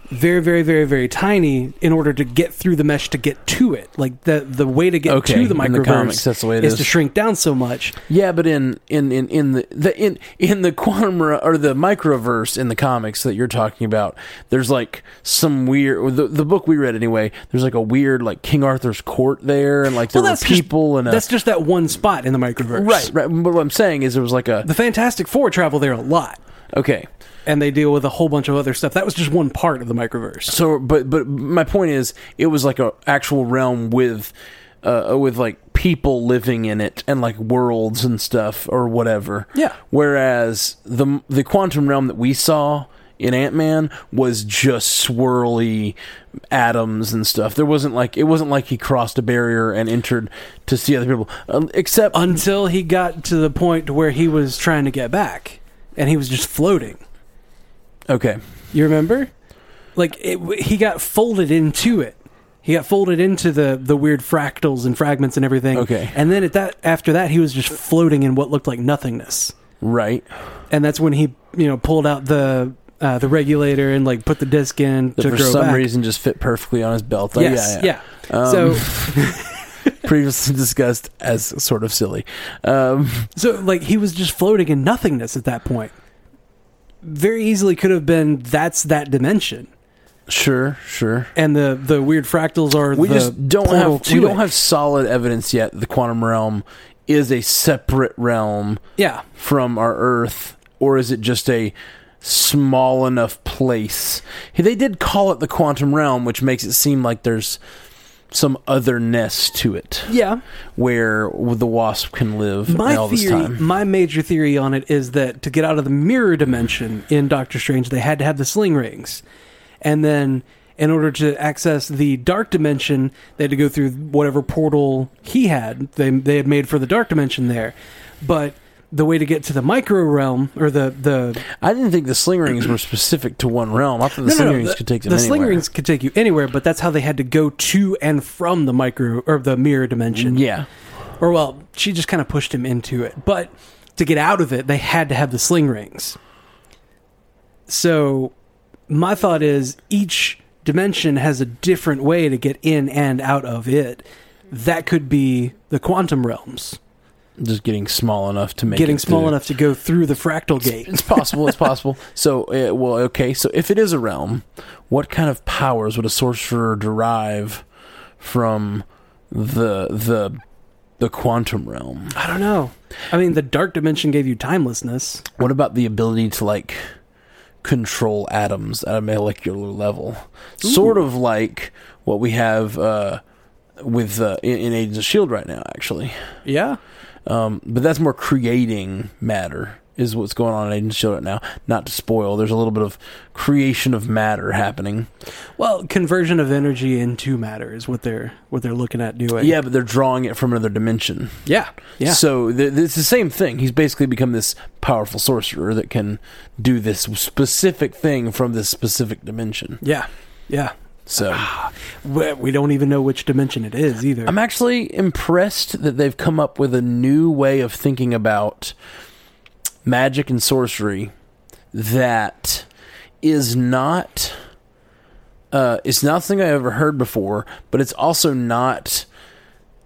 Speaker 1: very very very very tiny in order to get through the mesh to get to it like the the way to get
Speaker 2: Okay,
Speaker 1: to the
Speaker 2: in the
Speaker 1: microverse
Speaker 2: comics, that's the way it
Speaker 1: is
Speaker 2: is.
Speaker 1: to shrink down so much
Speaker 2: Yeah, but in in in in the, the in in the quantum re- or the microverse in the comics that you're talking about, there's like some weird or the the book we read anyway. There's like a weird like King Arthur's court there, and like there were
Speaker 1: just-
Speaker 2: people and a,
Speaker 1: that's just that one spot in the microverse
Speaker 2: right right. But what I'm saying is there was like a
Speaker 1: the fantastic four travel there a lot
Speaker 2: okay.
Speaker 1: and they deal with a whole bunch of other stuff that was just one part of the microverse
Speaker 2: So, but but my point is, it was like a actual realm with, uh, with like people living in it and like worlds and stuff or whatever.
Speaker 1: Yeah.
Speaker 2: Whereas the the quantum realm that we saw in Ant Man was just swirly atoms and stuff. There wasn't like it wasn't like he crossed a barrier and entered to see other people. Um, except
Speaker 1: until he got to the point to where he was trying to get back and he was just floating
Speaker 2: okay,
Speaker 1: you remember like it, he got folded into it he got folded into the the weird fractals and fragments and everything
Speaker 2: Okay.
Speaker 1: and then at that after that he was just floating in what looked like nothingness
Speaker 2: right.
Speaker 1: and that's when he you know pulled out the uh, the regulator and like put the disc in
Speaker 2: That
Speaker 1: to
Speaker 2: for
Speaker 1: grow
Speaker 2: some
Speaker 1: back.
Speaker 2: reason just fit perfectly on his belt. Like,
Speaker 1: yes yeah, so
Speaker 2: Um, [laughs] previously discussed as sort of silly. Um,
Speaker 1: So like he was just floating in nothingness at that point. Very easily could have been that's that dimension,
Speaker 2: Sure, sure.
Speaker 1: and the the weird fractals are
Speaker 2: We
Speaker 1: the
Speaker 2: just don't
Speaker 1: portal
Speaker 2: have
Speaker 1: to
Speaker 2: we don't
Speaker 1: it.
Speaker 2: have solid evidence yet. that The quantum realm is a separate realm
Speaker 1: yeah
Speaker 2: from our Earth, or is it just a small enough place? They did call it the quantum realm, which makes it seem like there's some otherness to it
Speaker 1: yeah.
Speaker 2: where the wasp can live
Speaker 1: My
Speaker 2: all this
Speaker 1: theory,
Speaker 2: time.
Speaker 1: my major theory on it is that to get out of the mirror dimension in Doctor Strange, they had to have the sling rings, and then in order to access the dark dimension, they had to go through whatever portal he had they they had made for the dark dimension there, but. The way to get to the micro realm or the, the
Speaker 2: I didn't think the sling rings were specific to one realm. I thought the
Speaker 1: No, no,
Speaker 2: sling
Speaker 1: no,
Speaker 2: rings
Speaker 1: the-
Speaker 2: could take them
Speaker 1: the
Speaker 2: anywhere.
Speaker 1: sling rings could take you anywhere, but that's how they had to go to and from the micro or the mirror dimension.
Speaker 2: yeah.
Speaker 1: Or well, she just kind of pushed him into it, but to get out of it, they had to have the sling rings. So, my thought is each dimension has a different way to get in and out of it. That could be the quantum realms
Speaker 2: Just getting small enough to make
Speaker 1: getting
Speaker 2: it
Speaker 1: small
Speaker 2: through.
Speaker 1: enough to go through the fractal gate.
Speaker 2: It's possible. It's possible. [laughs] So, uh, well, okay. So, if it is a realm, what kind of powers would a sorcerer derive from the the the quantum realm.
Speaker 1: I don't know. I mean, the dark dimension gave you timelessness.
Speaker 2: What about the ability to like control atoms at a molecular level? Sort of like what we have uh, with uh, in, in Agents of Shield right now, actually.
Speaker 1: Yeah.
Speaker 2: Um, but that's more creating matter is what's going on in Agents of Shield E right now. Not to spoil, there's a little bit of creation of matter happening.
Speaker 1: Well, conversion of energy into matter is what they're what they're looking at doing.
Speaker 2: Yeah, but they're drawing it from another dimension.
Speaker 1: Yeah. Yeah.
Speaker 2: So th- it's the same thing. He's basically become this powerful sorcerer that can do this specific thing from this specific dimension.
Speaker 1: yeah. Yeah.
Speaker 2: So
Speaker 1: We, we don't even know which dimension it is either.
Speaker 2: I'm actually impressed that they've come up with a new way of thinking about magic and sorcery that is not uh, it's not something I ever heard before, but it's also not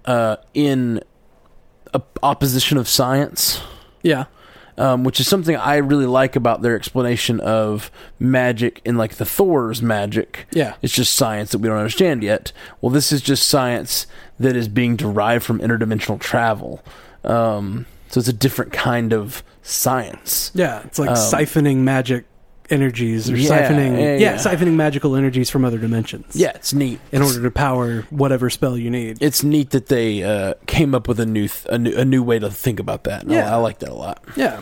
Speaker 2: uh, in op- opposition of science.
Speaker 1: yeah.
Speaker 2: um, which is something I really like about their explanation of magic and like the Thor's magic.
Speaker 1: Yeah.
Speaker 2: It's just science that we don't understand yet. Well, this is just science that is being derived from interdimensional travel. Um, so it's a different kind of science.
Speaker 1: Yeah. It's like
Speaker 2: Um,
Speaker 1: siphoning magic energies or
Speaker 2: Yeah,
Speaker 1: siphoning
Speaker 2: yeah,
Speaker 1: yeah,
Speaker 2: yeah.
Speaker 1: siphoning magical energies from other dimensions.
Speaker 2: Yeah, it's neat.
Speaker 1: In order to power whatever spell you need.
Speaker 2: it's neat that they uh, came up with a new th- a new a new way to think about that. And I-
Speaker 1: Yeah.
Speaker 2: I like that a lot.
Speaker 1: Yeah.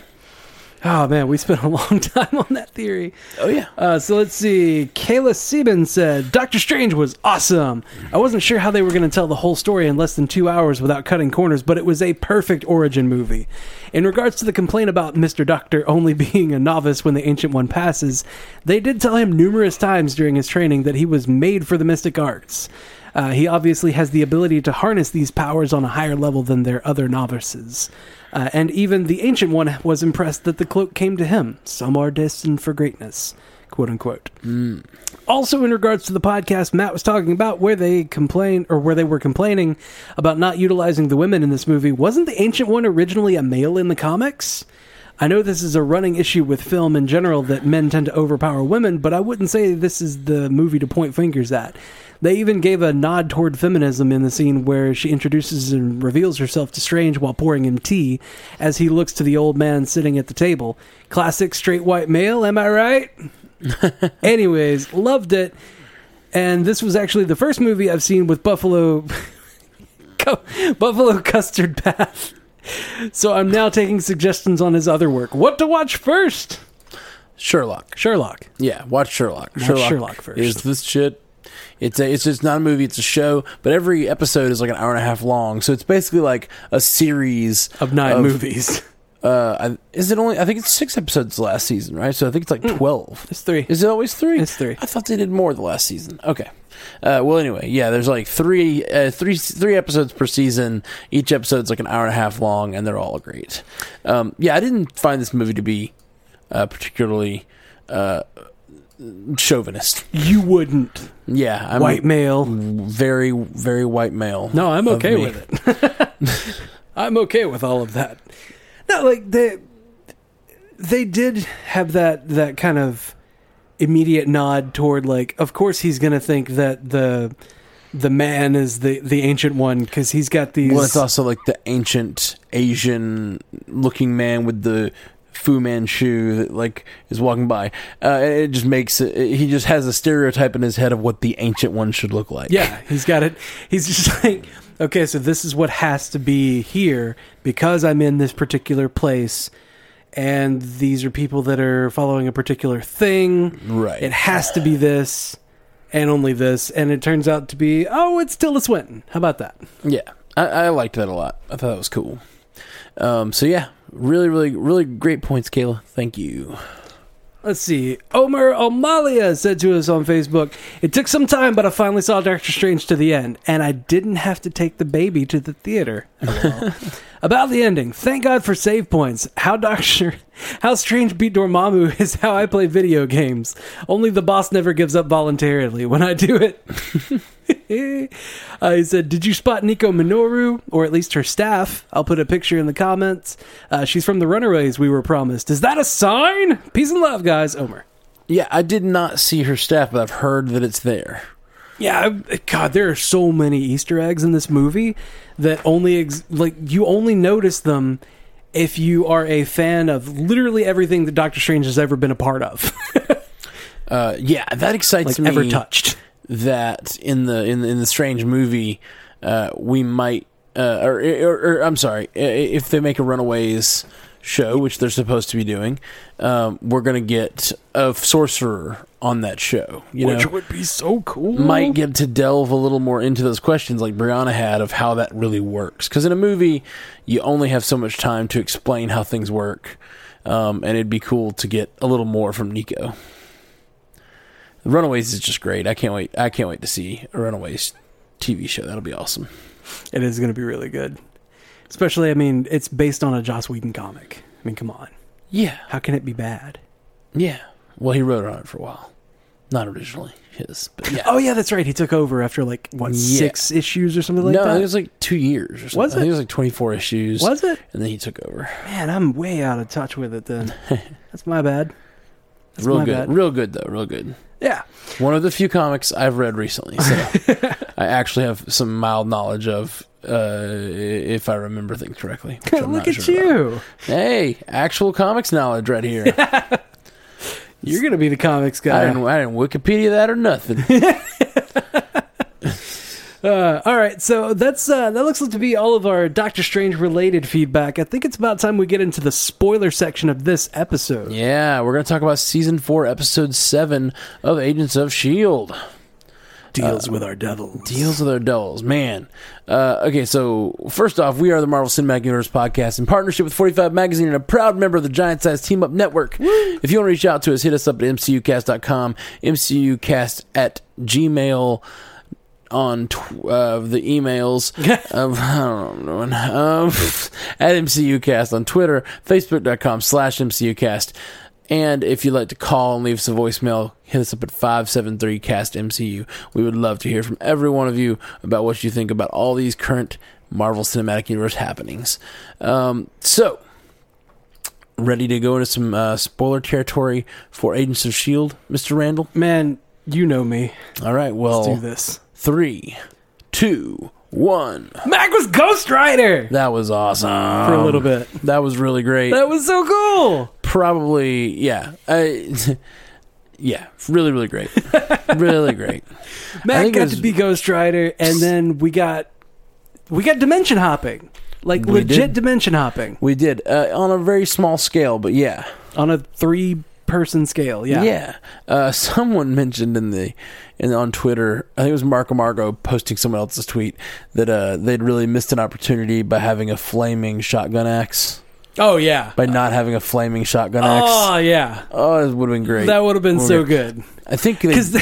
Speaker 1: Oh man, we spent a long [laughs] time on that theory.
Speaker 2: Oh yeah.
Speaker 1: Uh, so let's see. Kayla Sieben said Doctor Strange was awesome. I wasn't sure how they were going to tell the whole story in less than two hours without cutting corners, but it was a perfect origin movie. In regards to the complaint about Mr. Doctor only [laughs] being a novice when the Ancient One passes, they did tell him numerous times during his training that he was made for the mystic arts. Uh, he obviously has the ability to harness these powers on a higher level than their other novices. Uh, and even the Ancient One was impressed that the cloak came to him. Some are destined for greatness quote unquote. Also, in regards to the podcast Matt was talking about, where they complain or where they were complaining about not utilizing the women in this movie, wasn't the Ancient One originally a male in the comics? I know this is a running issue with film in general that men tend to overpower women, but I wouldn't say this is the movie to point fingers at. They even gave a nod toward feminism in the scene where she introduces and reveals herself to Strange while pouring him tea as he looks to the old man sitting at the table. Classic straight white male, am I right? Anyways, loved it. And this was actually the first movie I've seen with buffalo [laughs] co- buffalo custard bath. So I'm now taking suggestions on his other work. What to watch first?
Speaker 2: Sherlock.
Speaker 1: Sherlock.
Speaker 2: Yeah, watch Sherlock.
Speaker 1: Sherlock first.
Speaker 2: Is this shit? It's a, it's just not a movie. It's a show, but every episode is like an hour and a half long. So it's basically like a series
Speaker 1: Of nine movies.
Speaker 2: Uh, I- is it only? I think it's six episodes last season, right? So I think it's like twelve.
Speaker 1: It's three.
Speaker 2: Is it always three?
Speaker 1: Hmm. It's three.
Speaker 2: I thought they did more the last season. Okay. Uh, well, anyway, yeah. There's like three, uh, three, three episodes per season. Each episode's like an hour and a half long, and they're all great. Um, yeah, I didn't find this movie to be uh, particularly uh, chauvinist.
Speaker 1: You wouldn't.
Speaker 2: Yeah, I'm
Speaker 1: White male.
Speaker 2: very, very white male.
Speaker 1: No, I'm
Speaker 2: of
Speaker 1: okay
Speaker 2: me.
Speaker 1: with it. [laughs] I'm okay with all of that. No, like they they did have that that kind of immediate nod toward like of course he's going to think that the the man is the the ancient one cuz he's got these
Speaker 2: Well, it's also like the ancient Asian-looking man with the Fu Manchu that like is walking by. Uh, it just makes it, he just has a stereotype in his head of what the ancient one should look
Speaker 1: [laughs]
Speaker 2: like.
Speaker 1: Yeah, he's got it. He's just [laughs] like, okay, so this is what has to be here because I'm in this particular place, and these are people that are following a particular thing.
Speaker 2: Right.
Speaker 1: It has to be this and only this, and it turns out to be oh, it's Tilda Swinton. How about that?
Speaker 2: yeah. I, I liked that a lot. I thought that was cool. Um, so yeah, really, really, really great points, Kayla. Thank you.
Speaker 1: Let's see. Omer Omalia said to us on Facebook, It took some time, but I finally saw Doctor Strange to the end, and I didn't have to take the baby to the theater. [laughs] LOL. About the ending, thank God for save points. How Doctor [laughs] How Strange beat Dormammu is how I play video games. Only the boss never gives up voluntarily. When I do it, [laughs] uh, he said, "Did you spot Nico Minoru, or at least her staff? I'll put a picture in the comments. Uh, she's from the Runaways we were promised. Is that a sign? Peace and love, guys. Omer.
Speaker 2: Yeah, I did not see her staff, but I've heard that it's there.
Speaker 1: Yeah, I- God, there are so many Easter eggs in this movie that only ex- like you only notice them if you are a fan of literally everything that Doctor Strange has ever been a part of, [laughs]
Speaker 2: Uh, yeah, that
Speaker 1: like
Speaker 2: excites me.
Speaker 1: ever touched.
Speaker 2: that in the in the, in the strange movie uh, we might uh, or, or, or I'm sorry i- if they make a Runaways show which they're supposed to be doing um, we're gonna get a sorcerer on that show you know
Speaker 3: would be so cool.
Speaker 1: Mm-hmm.
Speaker 2: might get to delve a little more into those questions like Brianna had of how that really works because in a movie you only have so much time to explain how things work um, and it'd be cool to get a little more from Nico. Runaways is just great. I can't wait. I can't wait to see a Runaways TV show. That'll be awesome.
Speaker 1: It is going to be really good, especially. I mean, it's based on a Joss Whedon comic. I mean, come on,
Speaker 2: Yeah,
Speaker 1: how can it be bad?
Speaker 2: yeah. Well, he wrote on it for a while, not originally his, but yeah.
Speaker 1: Oh yeah, that's right. He took over after like what
Speaker 2: Yeah.
Speaker 1: six issues or something like
Speaker 2: no, I think
Speaker 1: that.
Speaker 2: it was like two years or something.
Speaker 1: Was
Speaker 2: I think
Speaker 1: it?
Speaker 2: it was like twenty four issues,
Speaker 1: was it?
Speaker 2: and then he took over.
Speaker 1: Man, I'm way out of touch with it.
Speaker 2: [laughs]
Speaker 1: Then that's my bad. That's
Speaker 2: real
Speaker 1: my
Speaker 2: good,
Speaker 1: bad.
Speaker 2: real good though, real good.
Speaker 1: Yeah.
Speaker 2: One of the few comics I've read recently, so
Speaker 1: [laughs]
Speaker 2: I actually have some mild knowledge of, uh, if I remember things correctly. which I'm
Speaker 1: Look
Speaker 2: not
Speaker 1: at
Speaker 2: sure about.
Speaker 1: you.
Speaker 2: Hey, actual comics knowledge
Speaker 1: [laughs]
Speaker 2: right here.
Speaker 1: You're gonna be the comics
Speaker 2: I
Speaker 1: guy.
Speaker 2: didn't, I didn't Wikipedia that or nothing.
Speaker 1: [laughs] Uh, all right, so that's uh, that looks to be all of our Doctor Strange related feedback. I think it's about time we get into the spoiler section of this episode.
Speaker 2: yeah, we're gonna talk about season four, episode seven of Agents of Shield.
Speaker 1: Deals with our devil.
Speaker 2: Deals with our dolls, man. Uh, okay, so first off, we are the Marvel Cinematic Universe podcast in partnership with 45 Magazine and a proud member of the Giant Size Team Up Network. if you want to reach out to us, hit us up at mcucast.com, mcucast at gmail on tw- uh, the emails
Speaker 1: [laughs]
Speaker 2: of I don't know man. um, [laughs] at MCUcast on Twitter, Facebook.com slash MCUcast. And if you'd like to call and leave us a voicemail, hit us up at 573 Cast MCU. We would love to hear from every one of you about what you think about all these current Marvel Cinematic Universe happenings. Um, so, ready to go into some uh, spoiler territory for Agents of S.H.I.E.L.D., Mr. Randall?
Speaker 1: Man, you know me.
Speaker 2: All right, well,
Speaker 1: Let's do this.
Speaker 2: three, two, one.
Speaker 1: Mac was Ghost Rider
Speaker 2: That um, was awesome.
Speaker 1: for a little bit.
Speaker 2: That was really great.
Speaker 1: That was so cool.
Speaker 2: Probably, yeah. I, [laughs] yeah, really,
Speaker 1: [laughs]
Speaker 2: really great. really great.
Speaker 1: Mac
Speaker 2: think it
Speaker 1: got
Speaker 2: was-
Speaker 1: to be Ghost Rider, and then we got we got dimension hopping, like
Speaker 2: We
Speaker 1: legit
Speaker 2: did.
Speaker 1: dimension hopping
Speaker 2: We did uh, on a very small scale, but yeah.
Speaker 1: on a three person scale. Yeah.
Speaker 2: Uh, [laughs] someone mentioned in the in on Twitter, I think it was Marco Margo posting someone else's tweet that uh, they'd really missed an opportunity by having a flaming shotgun axe.
Speaker 1: Oh yeah.
Speaker 2: By not having a flaming shotgun axe.
Speaker 1: Oh yeah.
Speaker 2: Oh, it would have been great.
Speaker 1: That would have been
Speaker 2: Would've
Speaker 1: so
Speaker 2: been-
Speaker 1: good.
Speaker 2: I think they
Speaker 1: Because,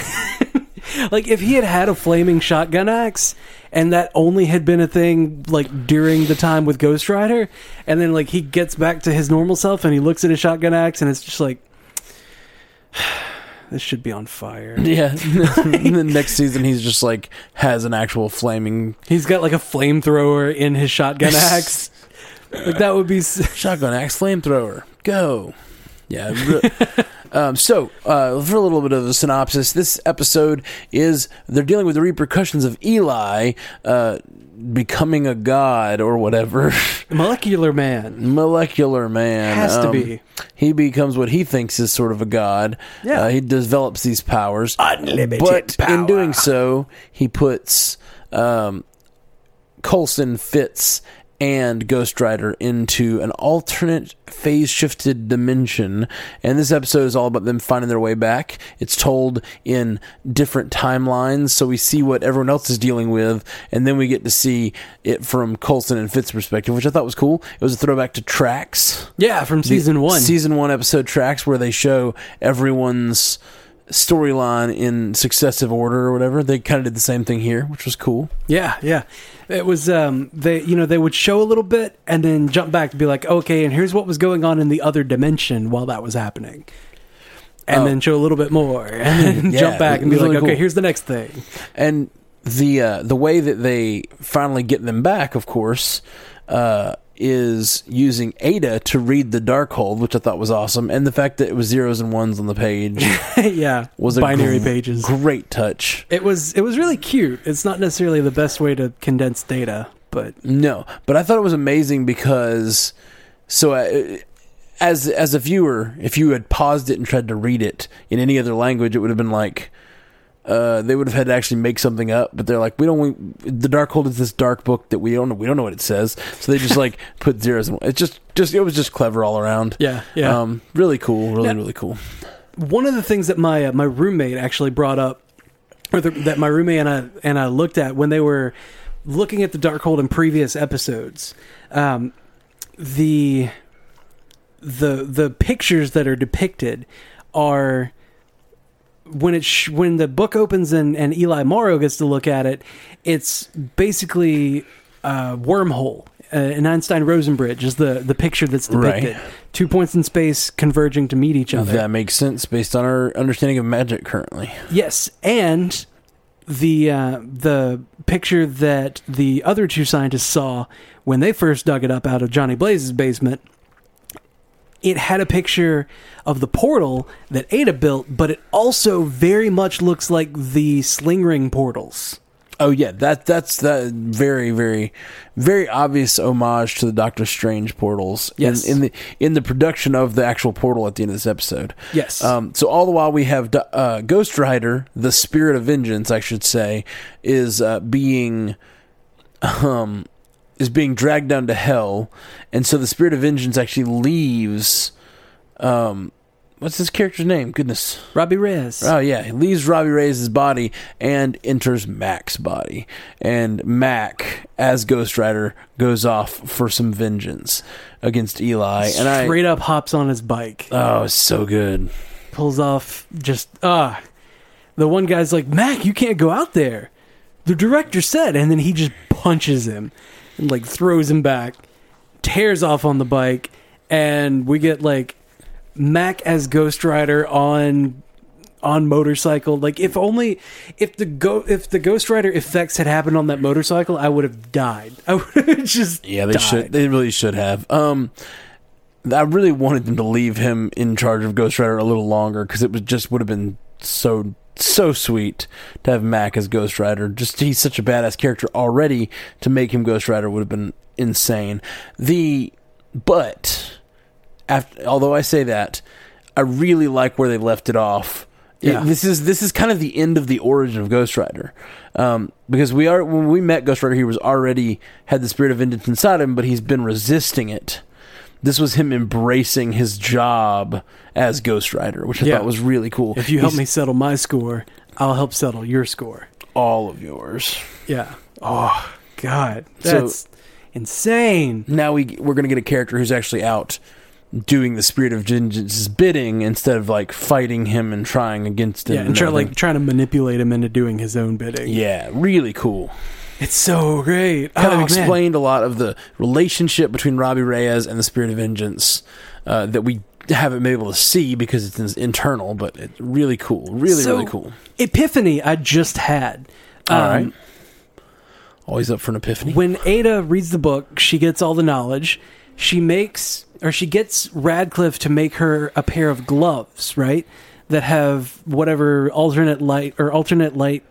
Speaker 1: [laughs] like, if he had had a flaming shotgun axe and that only had been a thing, like, during the time with Ghost Rider, and then, like, he gets back to his normal self and he looks at his shotgun axe and it's just like, [sighs] this should be on fire.
Speaker 2: [laughs] Yeah. and then next season, he's just like has an actual flaming
Speaker 1: He's got, like, a flamethrower in his [laughs]
Speaker 2: [laughs]
Speaker 1: shotgun axe. Like, that would be. s- [laughs]
Speaker 2: shotgun axe flamethrower. Go. Yeah. re-
Speaker 1: [laughs]
Speaker 2: um, so, uh, for a little bit of a synopsis, this episode is they're dealing with the repercussions of Eli uh, becoming a god or whatever. [laughs]
Speaker 1: Molecular Man.
Speaker 2: Molecular man Um,
Speaker 1: Has to be.
Speaker 2: He becomes what he thinks is sort of a god.
Speaker 1: Yeah.
Speaker 2: Uh, he develops these powers,
Speaker 1: Unlimited
Speaker 2: but in
Speaker 1: power.
Speaker 2: doing so, he puts um, Colson, Fitz, and Ghost Rider into an alternate phase shifted dimension. And this episode is all about them finding their way back. It's told in different timelines, so we see what everyone else is dealing with, and then we get to see it from Colson and Fitz's perspective, which I thought was cool. It was a throwback to tracks
Speaker 1: Yeah, from season
Speaker 2: the
Speaker 1: one.
Speaker 2: season one episode tracks where they show everyone's storyline in successive order or whatever. They kind of did the same thing here, which was cool.
Speaker 1: Yeah, yeah. It was um they you know they would show a little bit and then jump back to be like, "Okay, and here's what was going on in the other dimension while that was happening." And
Speaker 2: Oh.
Speaker 1: then show a little bit
Speaker 2: [laughs]
Speaker 1: more and then
Speaker 2: Yeah,
Speaker 1: jump back
Speaker 2: it
Speaker 1: and be
Speaker 2: was
Speaker 1: like,
Speaker 2: really
Speaker 1: "Okay,
Speaker 2: cool.
Speaker 1: here's the next thing." [laughs]
Speaker 2: And the uh, the way that they finally get them back, of course, uh, is using Ada to read the Darkhold, which I thought was awesome, and the fact that it was zeros and ones on the page
Speaker 1: yeah,
Speaker 2: was a
Speaker 1: binary
Speaker 2: gr-
Speaker 1: pages.
Speaker 2: Great touch.
Speaker 1: It was it was really cute. It's not necessarily the best way to condense data, but
Speaker 2: No, but I thought it was amazing because so uh, as as a viewer, if you had paused it and tried to read it in any other language, it would have been like uh, they would have had to actually make something up. But they're like, we don't. want the Darkhold is this dark book that we don't know. We don't know what it says. So they
Speaker 1: [laughs]
Speaker 2: just like put zeros. And, it's just just it was just clever all around.
Speaker 1: yeah, yeah.
Speaker 2: Um, really cool. Really
Speaker 1: Yeah.
Speaker 2: really cool.
Speaker 1: one of the things that my uh, my roommate actually brought up, or the, that my roommate and I and I looked at when they were looking at the Darkhold in previous episodes, um, the the the pictures that are depicted are when it sh- when the book opens and, and Eli Morrow gets to look at it, it's basically uh, wormhole. Uh, an Einstein Rosenbridge is the, the picture that's
Speaker 2: Right.
Speaker 1: depicted. Two points in space converging to meet each other.
Speaker 2: That makes sense based on our understanding of magic currently.
Speaker 1: Yes, and the uh, the picture that the other two scientists saw when they first dug it up out of Johnny Blaze's basement, it had a picture of the portal that Ada built, but it also very much looks like the sling ring portals.
Speaker 2: Oh yeah, that that's that very very very obvious homage to the Doctor Strange portals. in-
Speaker 1: Yes.
Speaker 2: in, the in the production of the actual portal at the end of this episode.
Speaker 1: Yes.
Speaker 2: Um, so all the while we have Do- uh, Ghost Rider, the Spirit of Vengeance, I should say, is uh, being um is being dragged down to hell, and so the Spirit of Vengeance actually leaves. Um, what's this character's name? Goodness.
Speaker 1: Robbie Reyes.
Speaker 2: Oh yeah, he leaves Robbie Reyes' body and enters Mac's body, and Mac, as Ghost Rider, goes off for some vengeance against Eli. And I,
Speaker 1: Straight up hops on his bike,
Speaker 2: oh, it's so good.
Speaker 1: pulls off. Just ah, the one guy's like, "Mac, you can't go out there." The director said, and then he just punches him and like throws him back, tears off on the bike, and we get like Mac as Ghost Rider on on motorcycle. Like if only if the go if the Ghost Rider effects had happened on that motorcycle, I would have died. [laughs] I would have just
Speaker 2: Yeah, they
Speaker 1: died.
Speaker 2: should. They really should have. Um, I really wanted them to leave him in charge of Ghost Rider a little longer because it was just would have been so so sweet to have Mac as Ghost Rider. Just he's such a badass character already. To make him Ghost Rider would have been insane. The but after, although I say that, I really like where they left it off. It-
Speaker 1: Yeah.
Speaker 2: this is this is kind of the end of the origin of Ghost Rider, um, because we are when we met Ghost Rider, he was already had the spirit of vengeance inside him, but he's been resisting it. This was him embracing his job as Ghost Rider, which I
Speaker 1: Yeah.
Speaker 2: thought was really cool.
Speaker 1: If you help
Speaker 2: He's
Speaker 1: me settle my score, I'll help settle your score.
Speaker 2: all of yours.
Speaker 1: Yeah. Oh God,
Speaker 2: So-
Speaker 1: that's insane.
Speaker 2: now we we're going to get a character who's actually out doing the spirit of vengeance's bidding instead of like fighting him and trying against him.
Speaker 1: Yeah, and try,
Speaker 2: everything.
Speaker 1: like trying to manipulate him into doing his own bidding.
Speaker 2: yeah, really cool.
Speaker 1: It's so great.
Speaker 2: Kind
Speaker 1: oh,
Speaker 2: of
Speaker 1: man.
Speaker 2: explained a lot of the relationship between Robbie Reyes and the spirit of vengeance uh, that we haven't been able to see because it's in- internal, but it's really cool. Really,
Speaker 1: So-
Speaker 2: really cool.
Speaker 1: Epiphany I just had. Um,
Speaker 2: All right. Always up for an epiphany.
Speaker 1: When Ada reads the book, she gets all the knowledge. She makes or she gets Radcliffe to make her a pair of gloves, right? That have whatever alternate light or alternate light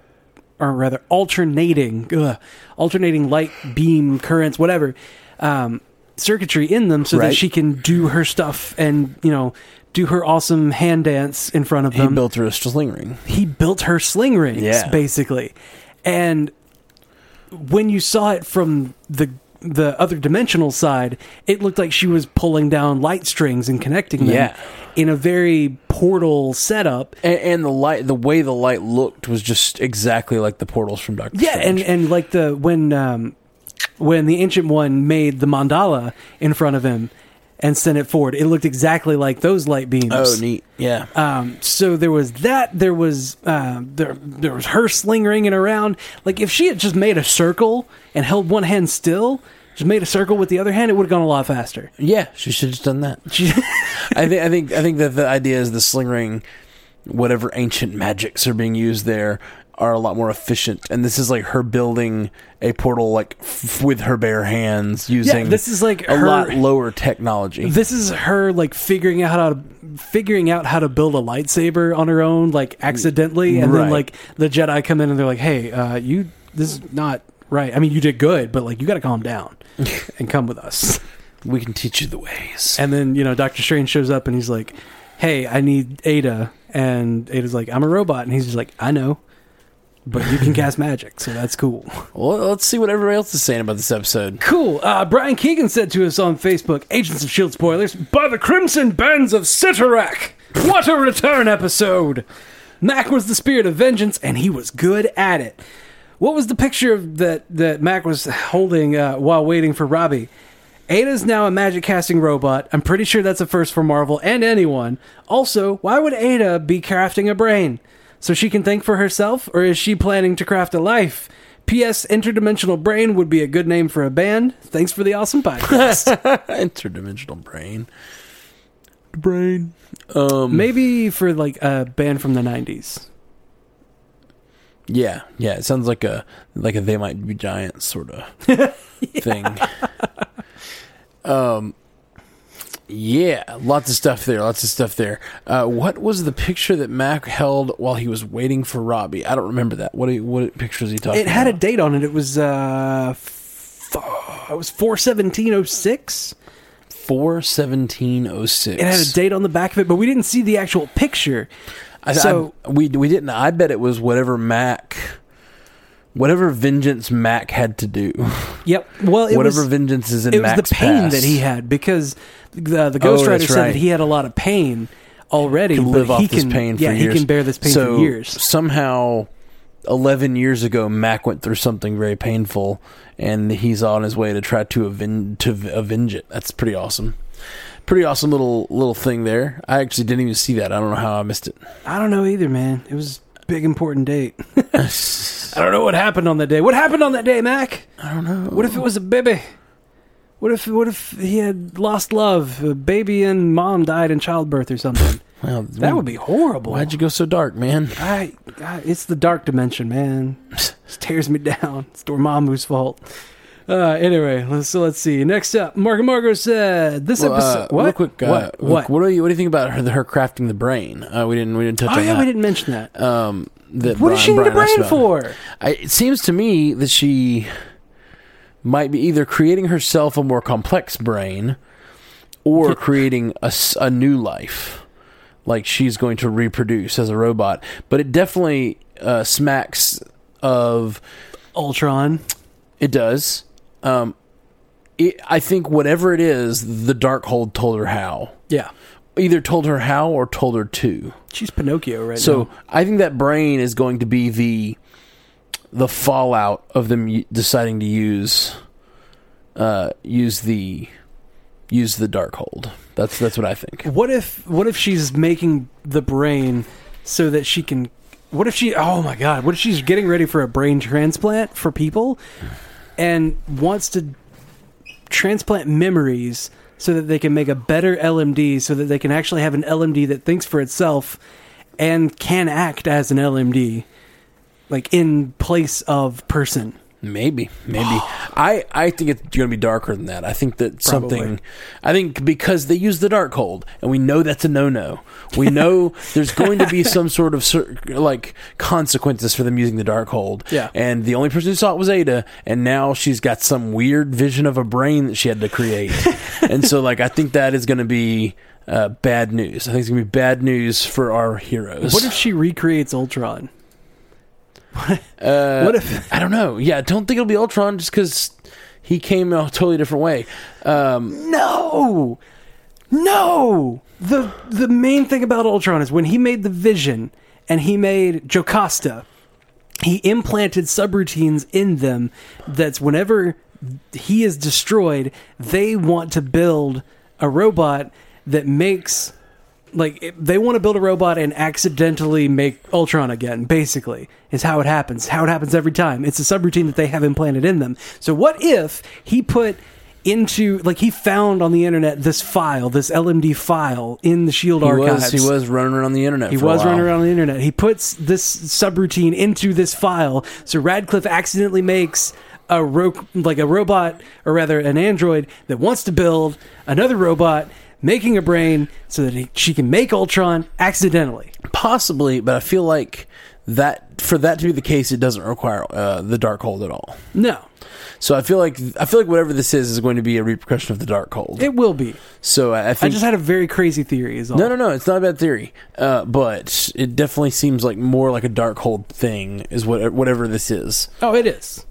Speaker 1: or rather alternating ugh, alternating light beam currents whatever um, circuitry in them so that
Speaker 2: Right.
Speaker 1: she can do her stuff and you know do her awesome hand dance in front of
Speaker 2: he
Speaker 1: them
Speaker 2: built her a sling ring.
Speaker 1: he built her sling rings
Speaker 2: Yeah.
Speaker 1: basically and when you saw it from the the other dimensional side it looked like she was pulling down light strings and connecting them
Speaker 2: Yeah.
Speaker 1: in a very portal setup
Speaker 2: And, and the light, the way the light looked was just exactly like the portals from Doctor
Speaker 1: yeah
Speaker 2: Strange.
Speaker 1: and and like the when um when the ancient one made the mandala in front of him and sent it forward it looked exactly like those light beams
Speaker 2: Oh, neat. Yeah.
Speaker 1: Um, so there was that. There was um, there there was her sling ringing around. Like if she had just made a circle and held one hand still, just made a circle with the other hand, it would have gone a lot faster.
Speaker 2: yeah, she should have done that.
Speaker 1: She,
Speaker 2: [laughs] I think I think I think that the idea is the sling ring, whatever ancient magics are being used there, are a lot more efficient. And this is like her building a portal like f- with her bare hands using
Speaker 1: this is like
Speaker 2: a
Speaker 1: her-
Speaker 2: lot lower technology.
Speaker 1: This is her like figuring out how to figuring out how to build a lightsaber on her own, like accidentally, and
Speaker 2: Right.
Speaker 1: then like the Jedi come in and they're like, "Hey, uh, you this is not right. I mean, you did good, but like you got to calm down and come with us."
Speaker 2: we can teach you the ways.
Speaker 1: And then you know Doctor Strange shows up and he's like, "Hey, I need Ada," and Ada's like, "I'm a robot," and he's just like, "I know." But
Speaker 4: [laughs]
Speaker 1: you can cast magic, so that's cool.
Speaker 2: well, let's see what everybody else is saying about
Speaker 1: [laughs]
Speaker 2: this episode. [laughs]
Speaker 4: Cool. Uh, Brian Keegan said to us on Facebook, Agents of S.H.I.E.L.D. E spoilers, by the Crimson Bands of Sitarak. What a return episode! Mac was the spirit of vengeance, and he was good at it.
Speaker 1: What was the picture of that that Mac was holding uh, while waiting for Robbie? Ada's now a magic casting robot. I'm pretty sure that's a first for Marvel and anyone. Also, why would Ada be crafting a brain? So she can think for herself, or is she planning to craft a life? P.S. Interdimensional Brain would be a good name for a band. Thanks for the awesome podcast.
Speaker 2: Interdimensional brain. Brain. [laughs] Um,
Speaker 1: Maybe for like a band from the 90s.
Speaker 2: Yeah, yeah. It sounds like a like a they might be giants
Speaker 1: [laughs]
Speaker 2: sort of thing. Um, yeah, lots of stuff there. Lots of stuff there. Uh, what was the picture that Mac held while he was waiting for Robbie? I don't remember that. What what picture is he talking?
Speaker 1: It had a
Speaker 2: about?
Speaker 1: date on it. It was uh f- it was 41706.
Speaker 2: four seventeen oh six.
Speaker 1: It had a date on the back of it, but we didn't see the actual picture.
Speaker 2: I,
Speaker 1: So-
Speaker 2: I, we we didn't. I bet it was whatever Mac, whatever vengeance Mac had to do.
Speaker 1: Yep. Well, it
Speaker 2: whatever
Speaker 1: was,
Speaker 2: vengeance is in
Speaker 1: it was
Speaker 2: Mac's
Speaker 1: the pain
Speaker 2: past.
Speaker 1: that he had because the the
Speaker 2: Oh,
Speaker 1: Ghost Rider
Speaker 2: that's
Speaker 1: said
Speaker 2: right.
Speaker 1: that he had a lot of pain already.
Speaker 2: can
Speaker 1: but
Speaker 2: live off
Speaker 1: he
Speaker 2: this
Speaker 1: can-
Speaker 2: pain for
Speaker 1: yeah,
Speaker 2: years.
Speaker 1: he can bear this pain
Speaker 2: so
Speaker 1: for years.
Speaker 2: Somehow, eleven years ago, Mac went through something very painful, and he's on his way to try to avenge to v- avenge it. That's pretty awesome. Pretty awesome little little thing there. I actually didn't even see that. I don't know how I missed it. [laughs]
Speaker 1: I don't know either, man. It was a big important date. I don't know what happened on that day. What happened on that day, Mac?
Speaker 2: I don't know.
Speaker 1: What if it was a baby? What if what if he had lost love? A baby and mom died in childbirth or [laughs] something.
Speaker 2: Well,
Speaker 1: that would be horrible.
Speaker 2: Why'd you go so dark, man?
Speaker 1: I, I, it's the dark dimension,
Speaker 2: [laughs]
Speaker 1: man. It tears me down. It's Dormammu's fault. Uh, anyway, let's, so let's see. Next up, Marco Margo said this
Speaker 2: Well, uh,
Speaker 1: episode. What?
Speaker 2: Real quick, uh,
Speaker 1: what?
Speaker 2: What?
Speaker 1: What?
Speaker 2: What, do you, what do you think about her, her crafting the brain? Uh, we didn't we didn't touch
Speaker 1: oh
Speaker 2: on
Speaker 1: yeah,
Speaker 2: that.
Speaker 1: we didn't mention that.
Speaker 2: Um, that
Speaker 1: What does she need a
Speaker 2: Brian
Speaker 1: brain
Speaker 2: asked about.
Speaker 1: for?
Speaker 2: I, it seems to me that she might be either creating herself a more complex brain or creating a, s- a new life. Like she's going to reproduce as a robot. But it definitely uh, smacks of.
Speaker 1: Ultron.
Speaker 2: It does. Um, it, I think whatever it is, the Darkhold told her how.
Speaker 1: Yeah,
Speaker 2: Either told her how or told her to.
Speaker 1: she's Pinocchio right
Speaker 2: So
Speaker 1: now.
Speaker 2: I think that brain is going to be the the fallout of them u- deciding to use uh, use the use the dark hold. That's that's what I think.
Speaker 1: What if what if she's making the brain so that she can what if she oh my god, what if she's getting ready for a brain transplant for people and wants to transplant memories so that they can make a better LMD so that they can actually have an LMD that thinks for itself and can act as an LMD like in place of person.
Speaker 2: Maybe, maybe.
Speaker 1: [sighs]
Speaker 2: I I think it's going to be darker than that. I think that something.
Speaker 1: Probably.
Speaker 2: I think because they use the dark hold, and we know that's a no no.
Speaker 1: [laughs]
Speaker 2: We know there's going to be some sort of cer- like consequences for them using the dark hold.
Speaker 1: Yeah.
Speaker 2: And the only person who saw it was Ada, and now she's got some weird vision of a brain that she had
Speaker 1: [laughs]
Speaker 2: to create. and so, like, I think that is going to be uh, bad news. I think it's going to be bad news for our heroes.
Speaker 1: What if she recreates Ultron?
Speaker 2: Uh,
Speaker 1: What if-
Speaker 2: I don't know? Yeah, I don't think it'll be Ultron just because he came a totally different way. Um,
Speaker 1: No, no. The the main thing about Ultron is when he made the Vision and he made Jocasta, he implanted subroutines in them. That's whenever he is destroyed, they want to build a robot that makes like it- they want to build a robot and accidentally make Ultron again. Basically, is how it happens. How it happens every time. It's a subroutine that they have implanted in them. So what if he put into like he found on the internet this file, this LMD file in the Shield
Speaker 2: He was,
Speaker 1: E archives.
Speaker 2: he was running around the internet.
Speaker 1: He
Speaker 2: for a
Speaker 1: was
Speaker 2: while.
Speaker 1: running around the internet. He puts this subroutine into this file. So Radcliffe accidentally makes a ro- like a robot, or rather an android that wants to build another robot, making a brain so that he, she can make Ultron accidentally.
Speaker 2: possibly, but I feel like that for that to be the case, it doesn't require uh, the dark hold at all.
Speaker 1: No,
Speaker 2: So I feel like I feel like whatever this is is going to be a repercussion of the dark hold.
Speaker 1: it will be.
Speaker 2: so I I
Speaker 1: I
Speaker 2: think
Speaker 1: just had a very crazy theory. Is all.
Speaker 2: no, no, no. It's not a bad theory, uh, but it definitely seems like more like a dark hold thing is what whatever this is.
Speaker 1: Oh, it is.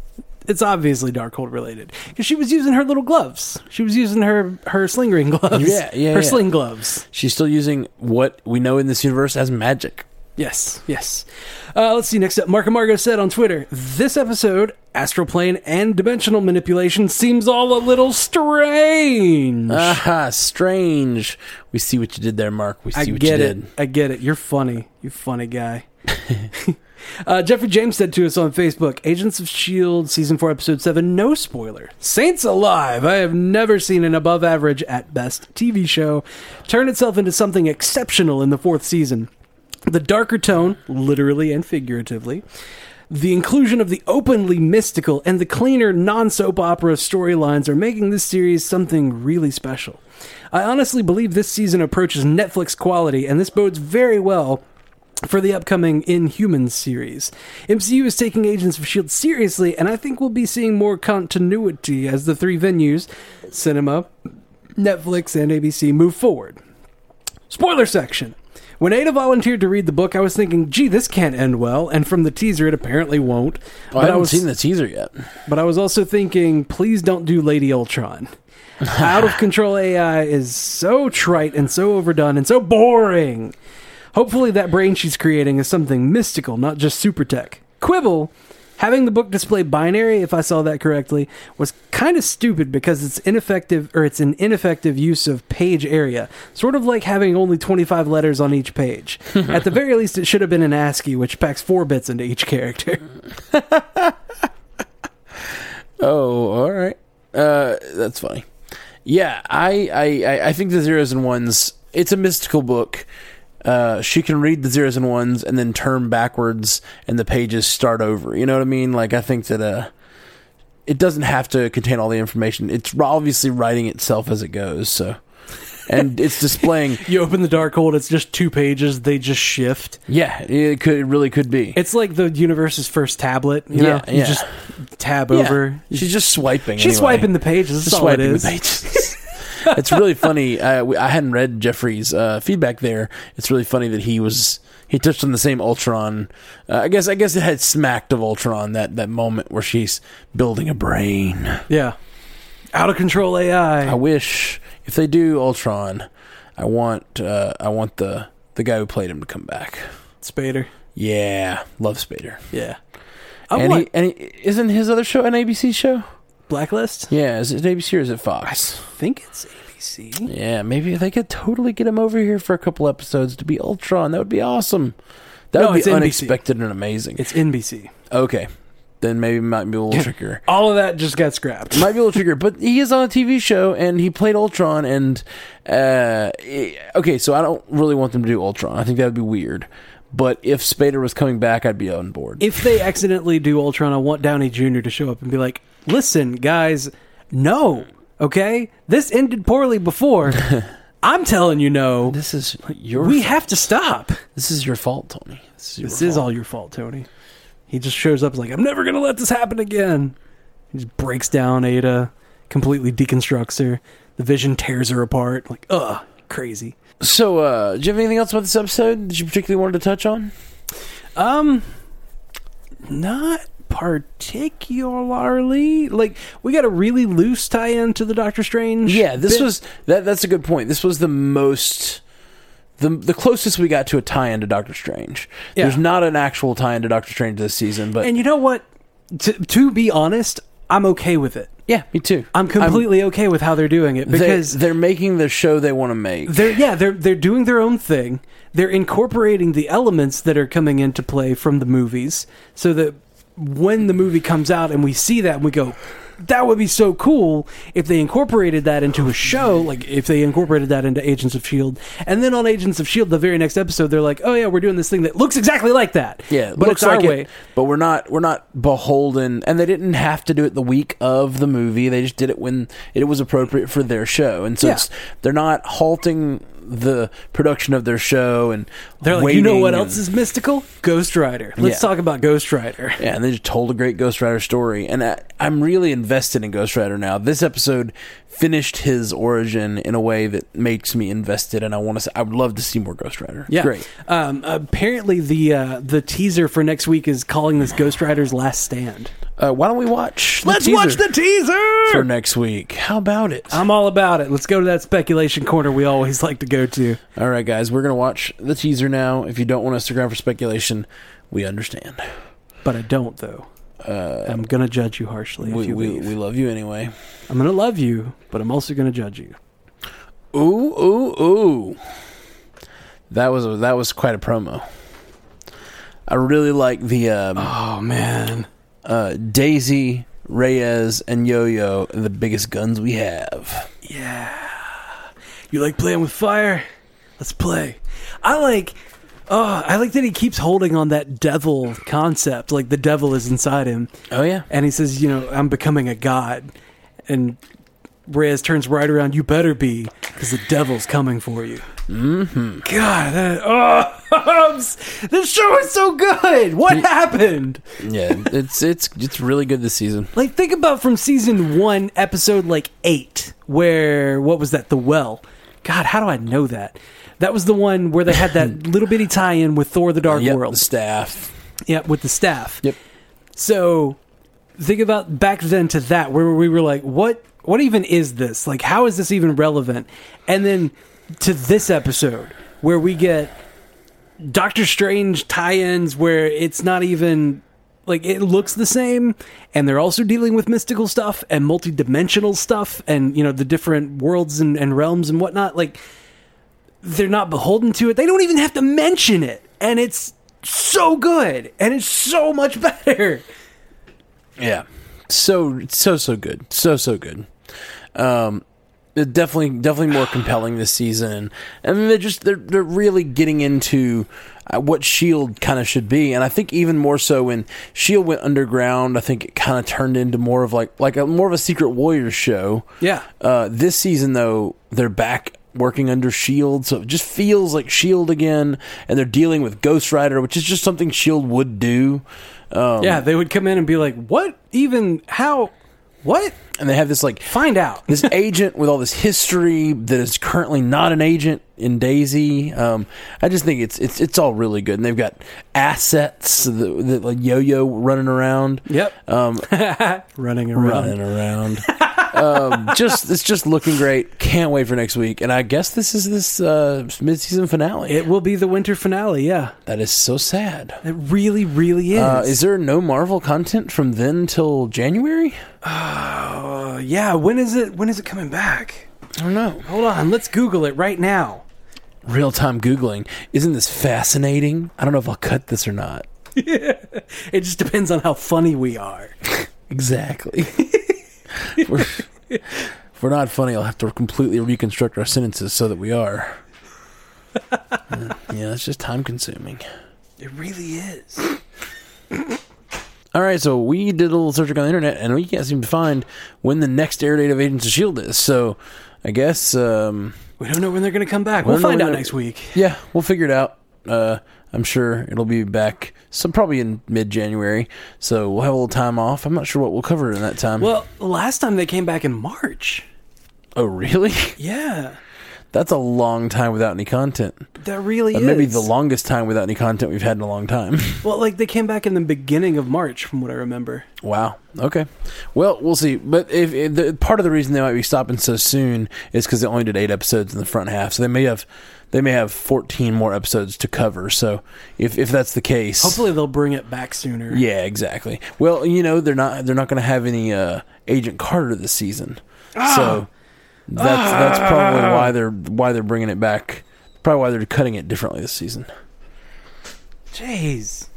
Speaker 1: It's obviously Darkhold related because she was using her little gloves. She was using her her sling ring [laughs] gloves.
Speaker 2: Yeah, yeah,
Speaker 1: Her
Speaker 2: yeah.
Speaker 1: sling gloves.
Speaker 2: She's still using what we know in this universe as magic.
Speaker 1: Yes, yes. Uh, let's see. Next up, Mark Amargo said on Twitter, "This episode, astral plane and dimensional manipulation, seems all a little strange."
Speaker 2: Aha, strange. We see what you did there, Mark. We see
Speaker 1: I
Speaker 2: what
Speaker 1: get
Speaker 2: you
Speaker 1: it.
Speaker 2: did.
Speaker 1: I get it. You're funny. You funny guy. uh, Jeffrey James said to us on Facebook, "Agents of Shield, E season four, episode seven. No spoiler. Saints alive. I have never seen an above average, at best, TV show turn itself into something exceptional in the fourth season. The darker tone, literally and figuratively." The inclusion of the openly mystical and the cleaner non soap opera storylines are making this series something really special. I honestly believe this season approaches Netflix quality, and this bodes very well for the upcoming Inhumans series. MCU is taking Agents of S.H.I.E.L.D. E seriously, and I think we'll be seeing more continuity as the three venues cinema, Netflix, and ABC move forward. Spoiler section. When Ada volunteered to read the book, I was thinking, gee, this can't end well, and from the teaser, it apparently won't.
Speaker 2: Oh, I haven't
Speaker 1: was,
Speaker 2: seen the teaser yet.
Speaker 1: but I was also thinking, please don't do Lady Ultron. Out of control AI is so trite and so overdone and so boring. Hopefully, that brain she's creating is something mystical, not just super tech. Quibble, having the book display binary, if I saw that correctly, was kind of stupid because it's ineffective or it's an ineffective use of page area, sort of like having only 25 letters on each page. At the very least, it should have been an ASCII, which packs four bits into each character.
Speaker 2: Oh, all right. Uh, that's funny. Yeah, I, I, I- I think the zeros and ones. It's a mystical book. Uh, she can read the zeros and ones and then turn backwards, and the pages start over. You know what I mean? Like I think that uh, it doesn't have to contain all the information. It's obviously writing itself as it goes. So, and it's displaying. [laughs]
Speaker 1: You open the dark hold, it's just two pages, they just shift.
Speaker 2: Yeah, it could. It really could be.
Speaker 1: It's like the universe's first tablet, you know?
Speaker 2: Yeah,
Speaker 1: You
Speaker 2: yeah.
Speaker 1: just tab
Speaker 2: Yeah,
Speaker 1: over.
Speaker 2: She's just swiping.
Speaker 1: She's
Speaker 2: anyway.
Speaker 1: swiping the pages, that's
Speaker 2: Just
Speaker 1: all it
Speaker 2: swiping the
Speaker 1: is.
Speaker 2: pages. [laughs] it's really funny. I, we- I hadn't read Jeffrey's uh, feedback there. It's really funny that he was he touched on the same Ultron. Uh, I guess I guess it had smacked of Ultron that that moment where she's building a brain.
Speaker 1: Yeah. Out of control AI.
Speaker 2: I wish if they do Ultron, I want uh, I want the the guy who played him to come back.
Speaker 1: Spader.
Speaker 2: Yeah, love Spader.
Speaker 1: Yeah. I
Speaker 2: and
Speaker 1: want
Speaker 2: he, and he, isn't his other show an ABC show?
Speaker 1: Blacklist?
Speaker 2: Yeah, is it ABC or is it Fox?
Speaker 1: I think it's ABC.
Speaker 2: Yeah, maybe they could totally get him over here for a couple episodes to be Ultron. That would be awesome. That
Speaker 1: No,
Speaker 2: would
Speaker 1: it's
Speaker 2: be
Speaker 1: NBC.
Speaker 2: unexpected and amazing.
Speaker 1: It's NBC.
Speaker 2: okay, then maybe it might be a little trickier.
Speaker 1: All of that just got scrapped.
Speaker 2: Might be a little trickier, but he is on a TV show and he played Ultron. And uh, eh, okay, so I don't really want them to do Ultron. I think that would be weird. But if Spader was coming back, I'd be on board.
Speaker 1: if they accidentally do Ultron, I want Downey Jr. to show up and be like, listen, guys, no, okay? This ended poorly
Speaker 2: [laughs]
Speaker 1: before. I'm telling you no.
Speaker 2: this is your
Speaker 1: We have to stop.
Speaker 2: this is your fault, Tony. This is, your
Speaker 1: This is
Speaker 2: fault.
Speaker 1: all your fault, Tony. He just shows up like, I'm never going to let this happen again. He just breaks down Ada, completely deconstructs her. The vision tears her apart. Like, ugh, crazy.
Speaker 2: So, uh, do you have anything else about this episode that you particularly wanted to touch on?
Speaker 1: Um, not particularly. Like, we got a really loose tie in to the Doctor Strange.
Speaker 2: Yeah, this
Speaker 1: bit.
Speaker 2: was that. That's a good point. This was the most. The, the closest we got to a tie-in to Doctor Strange.
Speaker 1: Yeah.
Speaker 2: There's not an actual tie-in to Doctor Strange this season, but
Speaker 1: And you know what? To, to be honest, I'm okay with it.
Speaker 2: yeah, me too.
Speaker 1: I'm completely okay with how they're doing it because
Speaker 2: they, are making the show they want to make.
Speaker 1: they're yeah they're they're doing their own thing they're incorporating the elements that are coming into play from the movies so that when the movie comes out and we see that and we go that would be so cool if they incorporated that into a show, like if they incorporated that into Agents of Shield, E and then on Agents of Shield, E the very next episode, they're like, "Oh yeah, we're doing this thing that looks exactly like that."
Speaker 2: Yeah,
Speaker 1: but it's our
Speaker 2: like it,
Speaker 1: way.
Speaker 2: but we're not we're not beholden, and they didn't have to do it the week of the movie. They just did it when it was appropriate for their show, and so
Speaker 1: Yeah.
Speaker 2: it's, they're not halting the production of their show. And
Speaker 1: They're like, you know
Speaker 2: waiting
Speaker 1: what
Speaker 2: and-
Speaker 1: else is mystical? Ghost Rider. Let's
Speaker 2: Yeah.
Speaker 1: talk about Ghost Rider.
Speaker 2: Yeah, and they just told a great Ghost Rider story, and I, I'm really invested in Ghost Rider now. This episode finished his origin in a way that makes me invested, and I want to. I would love to see more Ghost Rider.
Speaker 1: Yeah.
Speaker 2: great.
Speaker 1: Um, apparently, the uh, the teaser for next week is calling this Ghost Rider's last stand.
Speaker 2: Uh, why don't we watch? the teaser Uh,
Speaker 1: teaser.
Speaker 2: for next week. How about it?
Speaker 1: I'm all about it. Let's go to that speculation corner we always like to go to.
Speaker 2: All right, guys, we're gonna watch the teaser now. If you don't want us to grab for speculation, we understand.
Speaker 1: But I don't, though. I'm going to judge you harshly if
Speaker 2: Uh, We,
Speaker 1: you
Speaker 2: we,
Speaker 1: leave.
Speaker 2: we love you anyway.
Speaker 1: I'm going to love you, but I'm also going to judge you.
Speaker 2: Ooh ooh ooh, that was a, that was quite a promo. I really like the um,
Speaker 1: Oh, man.
Speaker 2: uh, Daisy Reyes and Yo Yo, the biggest guns we have.
Speaker 1: Yeah. You like playing with fire? Let's play. I like. Oh, I like that he keeps holding on that devil concept. Like the devil is inside him.
Speaker 2: Oh yeah,
Speaker 1: And he says, you know, I'm becoming a god. And Reyes turns right around, you better be, because the devil's coming for you. Mm-hmm. God, that, oh, [laughs] this show is so good. What happened?
Speaker 2: yeah. It's it's it's really good this season.
Speaker 1: Like, think about from season one, episode like eight, where, what was that, The Well? God, how do I know that? That was the one where they had that little bitty tie in with Thor the Dark
Speaker 2: Yep,
Speaker 1: World.
Speaker 2: the staff.
Speaker 1: Yeah, with the staff.
Speaker 2: Yep.
Speaker 1: So think about back then to that where we were like, what what even is this? Like how is this even relevant? And then to this episode where we get Doctor Strange tie-ins where it's not even like it looks the same and they're also dealing with mystical stuff and multidimensional stuff and you know the different worlds and, and realms and whatnot like they're not beholden to it they don't even have to mention it and it's so good and it's so much [laughs] better
Speaker 2: Yeah. So so so good. So so good. Um it definitely definitely more compelling this season. And they're just they're they're really getting into uh, what Shield kind of should be. And I think even more so when Shield E went underground, I think it kind of turned into more of like like a more of a secret warrior show.
Speaker 1: yeah
Speaker 2: Uh, this season, though, they're back working under Shield, E so it just feels like Shield E again, and they're dealing with Ghost Rider, which is just something Shield E would do. Um,
Speaker 1: yeah they would come in and be like what even how what
Speaker 2: and they have this like
Speaker 1: find out
Speaker 2: this agent with all this history that is currently not an agent in Daisy. Um, I just think it's it's it's all really good, and they've got assets that, that like Yo Yo running around.
Speaker 1: yep [laughs]
Speaker 2: Um,
Speaker 1: running around
Speaker 2: running around. um, just it's just looking great. Can't wait for next week. And I guess this is this uh, mid-season finale.
Speaker 1: it will be the winter finale yeah
Speaker 2: that is so sad.
Speaker 1: it really really is
Speaker 2: Uh, is there no Marvel content from then till January?
Speaker 1: Uh, yeah when is it when is it coming back
Speaker 2: I don't know.
Speaker 1: hold on let's google it right now
Speaker 2: Real time googling. Isn't this fascinating? I don't know if I'll cut this or not.
Speaker 1: it just depends on how funny we are
Speaker 2: [laughs] Exactly. if, we're, if we're not funny, I'll have to completely reconstruct our sentences so that we are. Uh, [laughs] yeah, it's just time consuming.
Speaker 1: it really is
Speaker 2: All right, so we did a little searching on the internet, and we can't seem to find when the next air date of Agents of Shield E is. So, I guess, um,
Speaker 1: we don't know when they're gonna come back
Speaker 2: We
Speaker 1: we'll
Speaker 2: don't know
Speaker 1: find
Speaker 2: when
Speaker 1: out
Speaker 2: they're-
Speaker 1: next week
Speaker 2: yeah, we'll figure it out. Uh, I'm sure it'll be back some probably in mid January. So we'll have a little time off. I'm not sure what we'll cover in that time.
Speaker 1: well last time they came back in march
Speaker 2: oh, really? [laughs]
Speaker 1: yeah
Speaker 2: That's a long time without any content.
Speaker 1: that really
Speaker 2: Uh,
Speaker 1: is
Speaker 2: maybe the longest time without any content we've had in a long time. [laughs]
Speaker 1: Well, like they came back in the beginning of March, from what I remember.
Speaker 2: Wow. Okay. Well, we'll see. But if, if the, part of the reason they might be stopping so soon is because they only did eight episodes in the front half, so they may have they may have fourteen more episodes to cover. So if if that's the case,
Speaker 1: Hopefully, they'll bring it back sooner.
Speaker 2: Yeah, exactly. Well, you know they're not they're not going to have any uh, Agent Carter this season,
Speaker 1: Ah.
Speaker 2: so that's that's probably why they're why they're bringing it back. Probably why they're cutting it differently this season.
Speaker 1: Jeez.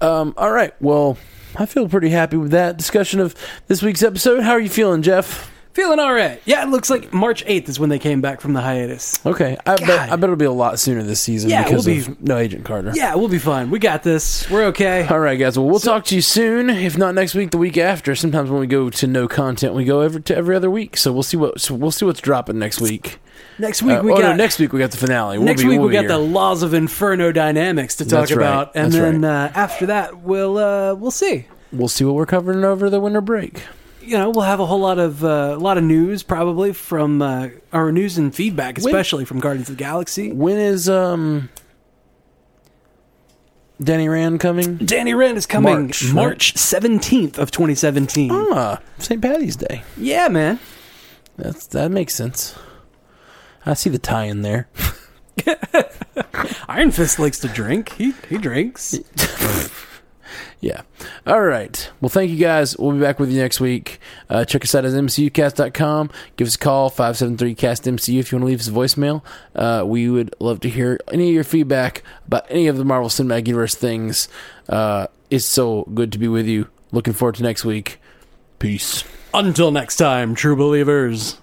Speaker 2: Um, all right. Well, I feel pretty happy with that discussion of this week's episode. How are you feeling, Jeff?
Speaker 1: Feeling all right. Yeah, it looks like March 8th is when they came back from the hiatus.
Speaker 2: Okay, I bet,
Speaker 1: God.
Speaker 2: I bet it'll be a lot sooner this season
Speaker 1: Yeah, it
Speaker 2: because
Speaker 1: will be-
Speaker 2: of no Agent Carter.
Speaker 1: Yeah, we'll be fine. We got this. We're okay.
Speaker 2: All right, guys. Well, we'll talk to you soon. If not next week, the week after. Sometimes when we go to no content, we go every to every other week. So we'll see what so we'll see what's dropping next week.
Speaker 1: Next week
Speaker 2: Uh,
Speaker 1: we
Speaker 2: oh
Speaker 1: got
Speaker 2: no, next week we got the finale. We'll
Speaker 1: next
Speaker 2: be,
Speaker 1: week
Speaker 2: we'll
Speaker 1: we got
Speaker 2: be here.
Speaker 1: the laws of inferno dynamics to talk
Speaker 2: That's right.
Speaker 1: about, and
Speaker 2: That's
Speaker 1: then uh, after that we'll uh, we'll see.
Speaker 2: We'll see what we're covering over the winter break.
Speaker 1: You know, we'll have a whole lot of uh, a lot of news probably from uh, our news and feedback, especially from Guardians of the Galaxy.
Speaker 2: When is um Danny Rand coming?
Speaker 1: Danny Rand is coming
Speaker 2: March, right?
Speaker 1: March seventeenth of twenty seventeen.
Speaker 2: Ah, St. Patty's Day.
Speaker 1: Yeah, man.
Speaker 2: That's that makes sense. I see the tie in there.
Speaker 1: Iron Fist likes to drink. He he drinks.
Speaker 2: Yeah. All right. Well, thank you guys. We'll be back with you next week. Uh, check us out at mcucast.com. Give us a call, 573-CAST-MCU if you want to leave us a voicemail. Uh, we would love to hear any of your feedback about any of the Marvel Cinematic Universe things. Uh, it's so good to be with you. Looking forward to next week. Peace.
Speaker 1: Until next time, true believers.